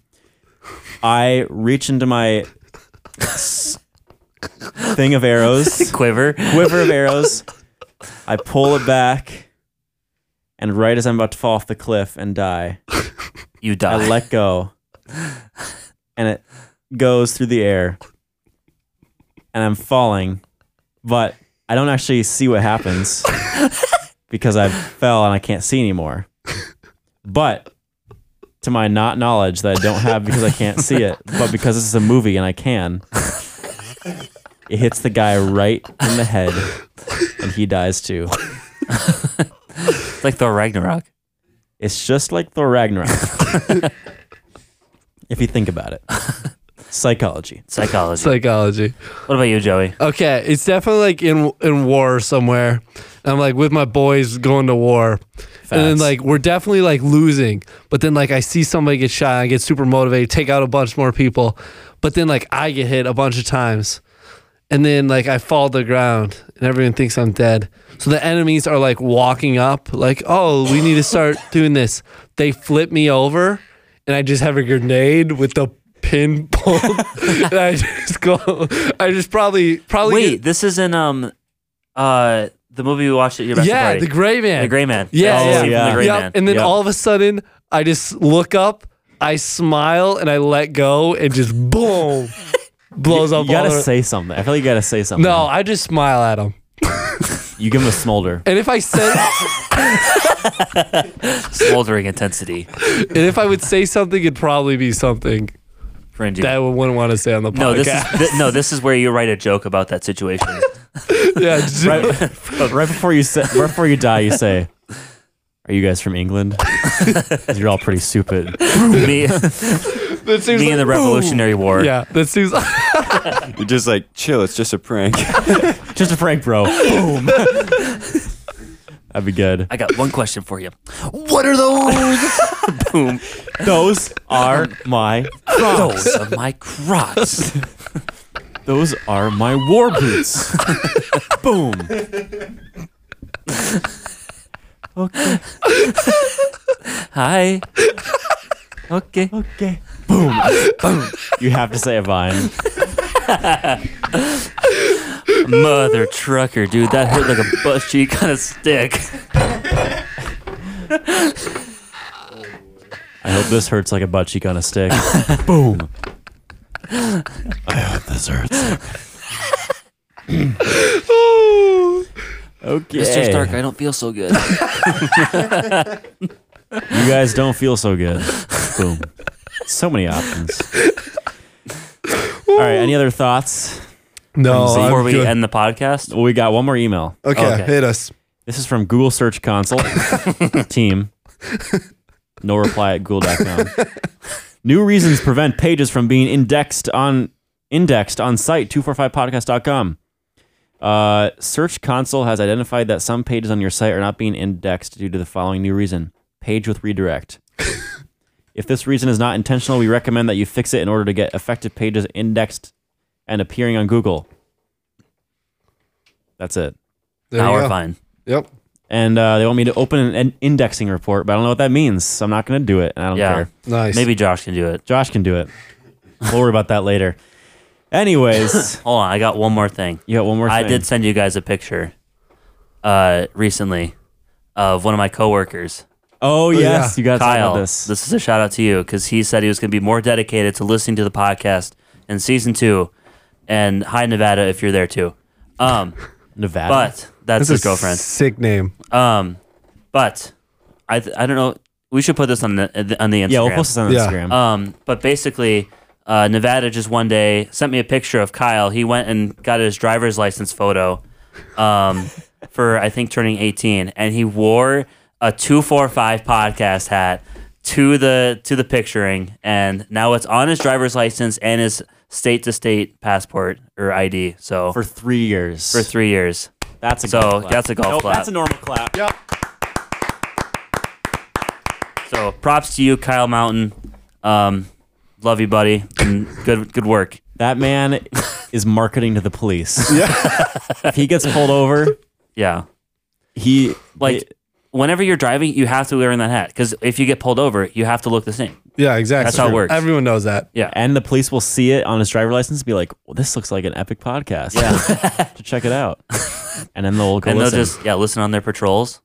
[SPEAKER 2] I reach into my s- thing of arrows,
[SPEAKER 1] quiver
[SPEAKER 2] quiver of arrows. I pull it back, and right as I'm about to fall off the cliff and die,
[SPEAKER 1] you die
[SPEAKER 2] I let go, and it goes through the air, and I'm falling, but I don't actually see what happens because I fell and I can't see anymore. But to my not knowledge that I don't have because I can't see it, but because this is a movie and I can, it hits the guy right in the head, and he dies too.
[SPEAKER 1] It's like Thor Ragnarok.
[SPEAKER 2] It's just like Thor Ragnarok. if you think about it, psychology.
[SPEAKER 1] Psychology.
[SPEAKER 3] Psychology.
[SPEAKER 1] what about you, Joey?
[SPEAKER 3] Okay, it's definitely like in in war somewhere. And I'm like with my boys going to war, and then
[SPEAKER 2] Facts.
[SPEAKER 3] like we're definitely like losing. But then like I see somebody get shot, and I get super motivated, take out a bunch more people. But then like I get hit a bunch of times, and then like I fall to the ground, and everyone thinks I'm dead. So the enemies are like walking up, like oh we need to start doing this. They flip me over, and I just have a grenade with the pin pulled, and I just go. I just probably probably
[SPEAKER 1] Wait, this is in um, uh, the movie we watched at your bachelor
[SPEAKER 3] yeah
[SPEAKER 1] party.
[SPEAKER 3] the gray man
[SPEAKER 1] The Gray Man.
[SPEAKER 3] Yeah,
[SPEAKER 1] That's
[SPEAKER 3] yeah.
[SPEAKER 1] the scene from
[SPEAKER 2] yeah.
[SPEAKER 1] The Gray
[SPEAKER 3] Yep,
[SPEAKER 1] Man.
[SPEAKER 3] And then
[SPEAKER 2] Yep.
[SPEAKER 3] all of a sudden, I just look up, I smile, and I let go, and just boom, blows up.
[SPEAKER 2] You gotta
[SPEAKER 3] all the-
[SPEAKER 2] say something. I feel like you gotta say something.
[SPEAKER 3] no, I just smile at him.
[SPEAKER 2] you give him a smolder.
[SPEAKER 3] And if I said,
[SPEAKER 1] Smoldering intensity.
[SPEAKER 3] and if I would say something, it'd probably be something
[SPEAKER 1] Cringy.
[SPEAKER 3] that I wouldn't want to say on the podcast.
[SPEAKER 1] no, this is th- no, this is where you write a joke about that situation.
[SPEAKER 3] yeah, just-
[SPEAKER 2] Right, right before you say, right before you die, you say, "Are you guys from England? 'Cause You're all pretty stupid."
[SPEAKER 1] me,
[SPEAKER 3] that seems
[SPEAKER 1] me and the
[SPEAKER 3] like-
[SPEAKER 1] Revolutionary War.
[SPEAKER 3] Yeah, that seems.
[SPEAKER 4] You're just like, chill, it's just a prank.
[SPEAKER 2] Just a prank, bro. Boom. That'd be good.
[SPEAKER 1] I got one question for you. What are those? Boom.
[SPEAKER 2] Those are my
[SPEAKER 1] Those are my crops.
[SPEAKER 2] those are my war boots. Boom.
[SPEAKER 1] Hi. Okay.
[SPEAKER 2] Okay. Boom. Boom. You have to say a vine.
[SPEAKER 1] Mother trucker, dude. That hurt like a butt cheek on a stick.
[SPEAKER 2] I hope this hurts like a butt cheek on a stick.
[SPEAKER 5] This hurts.
[SPEAKER 2] Okay.
[SPEAKER 1] Mr. Stark, I don't feel so good.
[SPEAKER 2] You guys don't feel so good. Boom. So many options. All right. Any other thoughts?
[SPEAKER 3] no, Oh, I'm
[SPEAKER 1] Before we
[SPEAKER 3] good.
[SPEAKER 1] end the podcast,
[SPEAKER 2] Well, we got one more email.
[SPEAKER 3] okay,
[SPEAKER 1] okay.
[SPEAKER 3] hit us.
[SPEAKER 2] This is from Google Search Console team. No reply at google.com. New reasons prevent pages from being indexed on indexed on site 245podcast.com. Uh, Search Console has identified that some pages on your site are not being indexed due to the following new reason. Page with redirect. if this reason is not intentional, we recommend that you fix it in order to get effective pages indexed and appearing on Google. That's it.
[SPEAKER 3] There
[SPEAKER 1] now
[SPEAKER 3] you
[SPEAKER 1] we're
[SPEAKER 3] go.
[SPEAKER 1] fine.
[SPEAKER 3] Yep.
[SPEAKER 2] And uh, they want me to open an, an indexing report, but I don't know what that means. So I'm not going to do it, and I don't
[SPEAKER 1] Yeah.
[SPEAKER 2] care.
[SPEAKER 3] Nice.
[SPEAKER 1] Maybe Josh can do it.
[SPEAKER 2] Josh can do it. We'll worry about that later. Anyways,
[SPEAKER 1] Hold on, I got one more thing.
[SPEAKER 2] you got one more.
[SPEAKER 1] I
[SPEAKER 2] thing.
[SPEAKER 1] did send you guys a picture uh, recently of one of my coworkers,
[SPEAKER 2] Oh yes,
[SPEAKER 3] yeah.
[SPEAKER 2] you got to talk
[SPEAKER 1] Kyle.
[SPEAKER 2] about
[SPEAKER 1] This.
[SPEAKER 2] this.
[SPEAKER 1] is a shout out to you because he said he was going to be more dedicated to listening to the podcast in season two, and hi Nevada if you're there too. Um,
[SPEAKER 2] Nevada.
[SPEAKER 1] but that's
[SPEAKER 3] That's
[SPEAKER 1] his
[SPEAKER 3] a
[SPEAKER 1] girlfriend.
[SPEAKER 3] Sick name.
[SPEAKER 1] Um, but I th- I don't know. We should put this on the uh, on the Instagram.
[SPEAKER 2] yeah, we'll post this on
[SPEAKER 3] Yeah.
[SPEAKER 2] Instagram.
[SPEAKER 1] Um, but basically, uh, Nevada just one day sent me a picture of Kyle. He went and got his driver's license photo um, for, I think, turning 18. And he wore a 245 podcast hat to the to the picturing and now it's on his driver's license and his state to state passport or ID so
[SPEAKER 2] for
[SPEAKER 1] for,
[SPEAKER 2] three years.
[SPEAKER 1] three years
[SPEAKER 2] that's a
[SPEAKER 1] so
[SPEAKER 2] golf clap.
[SPEAKER 1] that's a golf
[SPEAKER 2] Nope,
[SPEAKER 1] clap.
[SPEAKER 2] That's a normal clap.
[SPEAKER 3] Yep.
[SPEAKER 1] so props to you Kyle Mountain um love you buddy and good good work
[SPEAKER 2] That man is marketing to the police. Yeah. if he gets pulled over,
[SPEAKER 1] yeah
[SPEAKER 2] he
[SPEAKER 1] like whenever you're driving, you have to wear in that hat because if you get pulled over, you have to look the same.
[SPEAKER 3] Yeah, exactly.
[SPEAKER 1] That's how it works.
[SPEAKER 3] Everyone knows that.
[SPEAKER 2] and the police will see it on his driver license and be like, well, this looks like an epic podcast. Yeah. to check it out. And then they'll go
[SPEAKER 1] and
[SPEAKER 2] listen.
[SPEAKER 1] they'll just yeah listen on their patrols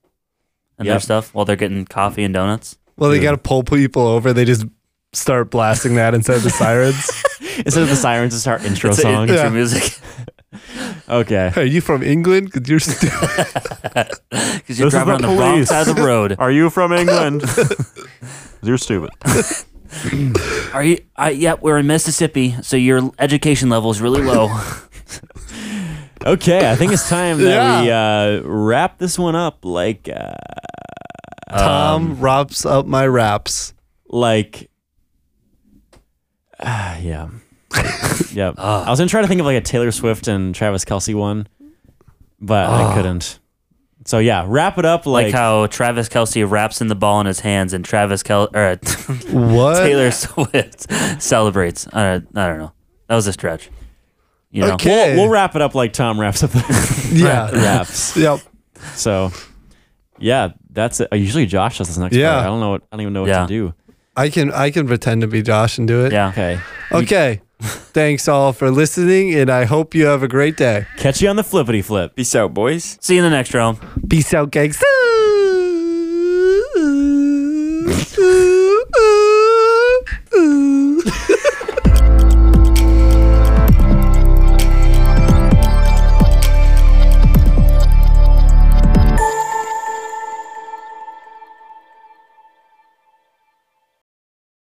[SPEAKER 1] and their
[SPEAKER 2] Yep.
[SPEAKER 1] stuff while they're getting coffee and donuts.
[SPEAKER 3] Well, they got to pull people over. They just start blasting that instead of the sirens.
[SPEAKER 2] Instead of the sirens, it's our intro
[SPEAKER 1] It's
[SPEAKER 2] song.
[SPEAKER 1] intro
[SPEAKER 3] Yeah.
[SPEAKER 1] music
[SPEAKER 2] Okay.
[SPEAKER 3] Are you from England? Because you're stupid.
[SPEAKER 1] because you're
[SPEAKER 2] This is
[SPEAKER 1] driving
[SPEAKER 2] the
[SPEAKER 1] on the wrong
[SPEAKER 2] police.
[SPEAKER 1] side of the road.
[SPEAKER 2] Are you from England? You're stupid.
[SPEAKER 1] Are you? I, yeah, we're in Mississippi, so your education level is really low.
[SPEAKER 2] Okay, I think it's time that we uh, wrap this one up like uh,
[SPEAKER 1] Um,
[SPEAKER 3] Tom wraps up my raps.
[SPEAKER 2] like Ah, yeah yeah i was gonna try to think of like a taylor swift and travis kelsey one but i couldn't so yeah wrap it up
[SPEAKER 1] like,
[SPEAKER 2] Ah. like,
[SPEAKER 1] how Travis Kelsey wraps in the ball in his hands, and Travis Kel or
[SPEAKER 3] What?
[SPEAKER 1] Taylor Swift celebrates. I don't, I don't know. That was a stretch. You know.
[SPEAKER 3] Okay.
[SPEAKER 2] we'll wrap it up like tom wraps up the
[SPEAKER 3] Yeah.
[SPEAKER 2] wraps
[SPEAKER 3] Yep.
[SPEAKER 2] so yeah that's it Uh, usually josh does this next
[SPEAKER 3] Yeah.
[SPEAKER 2] part. i don't know what i don't even know what
[SPEAKER 1] Yeah.
[SPEAKER 2] to do
[SPEAKER 3] I can I can pretend to be Josh and do it.
[SPEAKER 1] Yeah.
[SPEAKER 2] okay
[SPEAKER 3] Okay. Thanks all for listening, and I hope you have a great day.
[SPEAKER 2] catch you on the flippity flip
[SPEAKER 4] Peace out, boys.
[SPEAKER 1] See you in the next round.
[SPEAKER 3] Peace out, gangsters.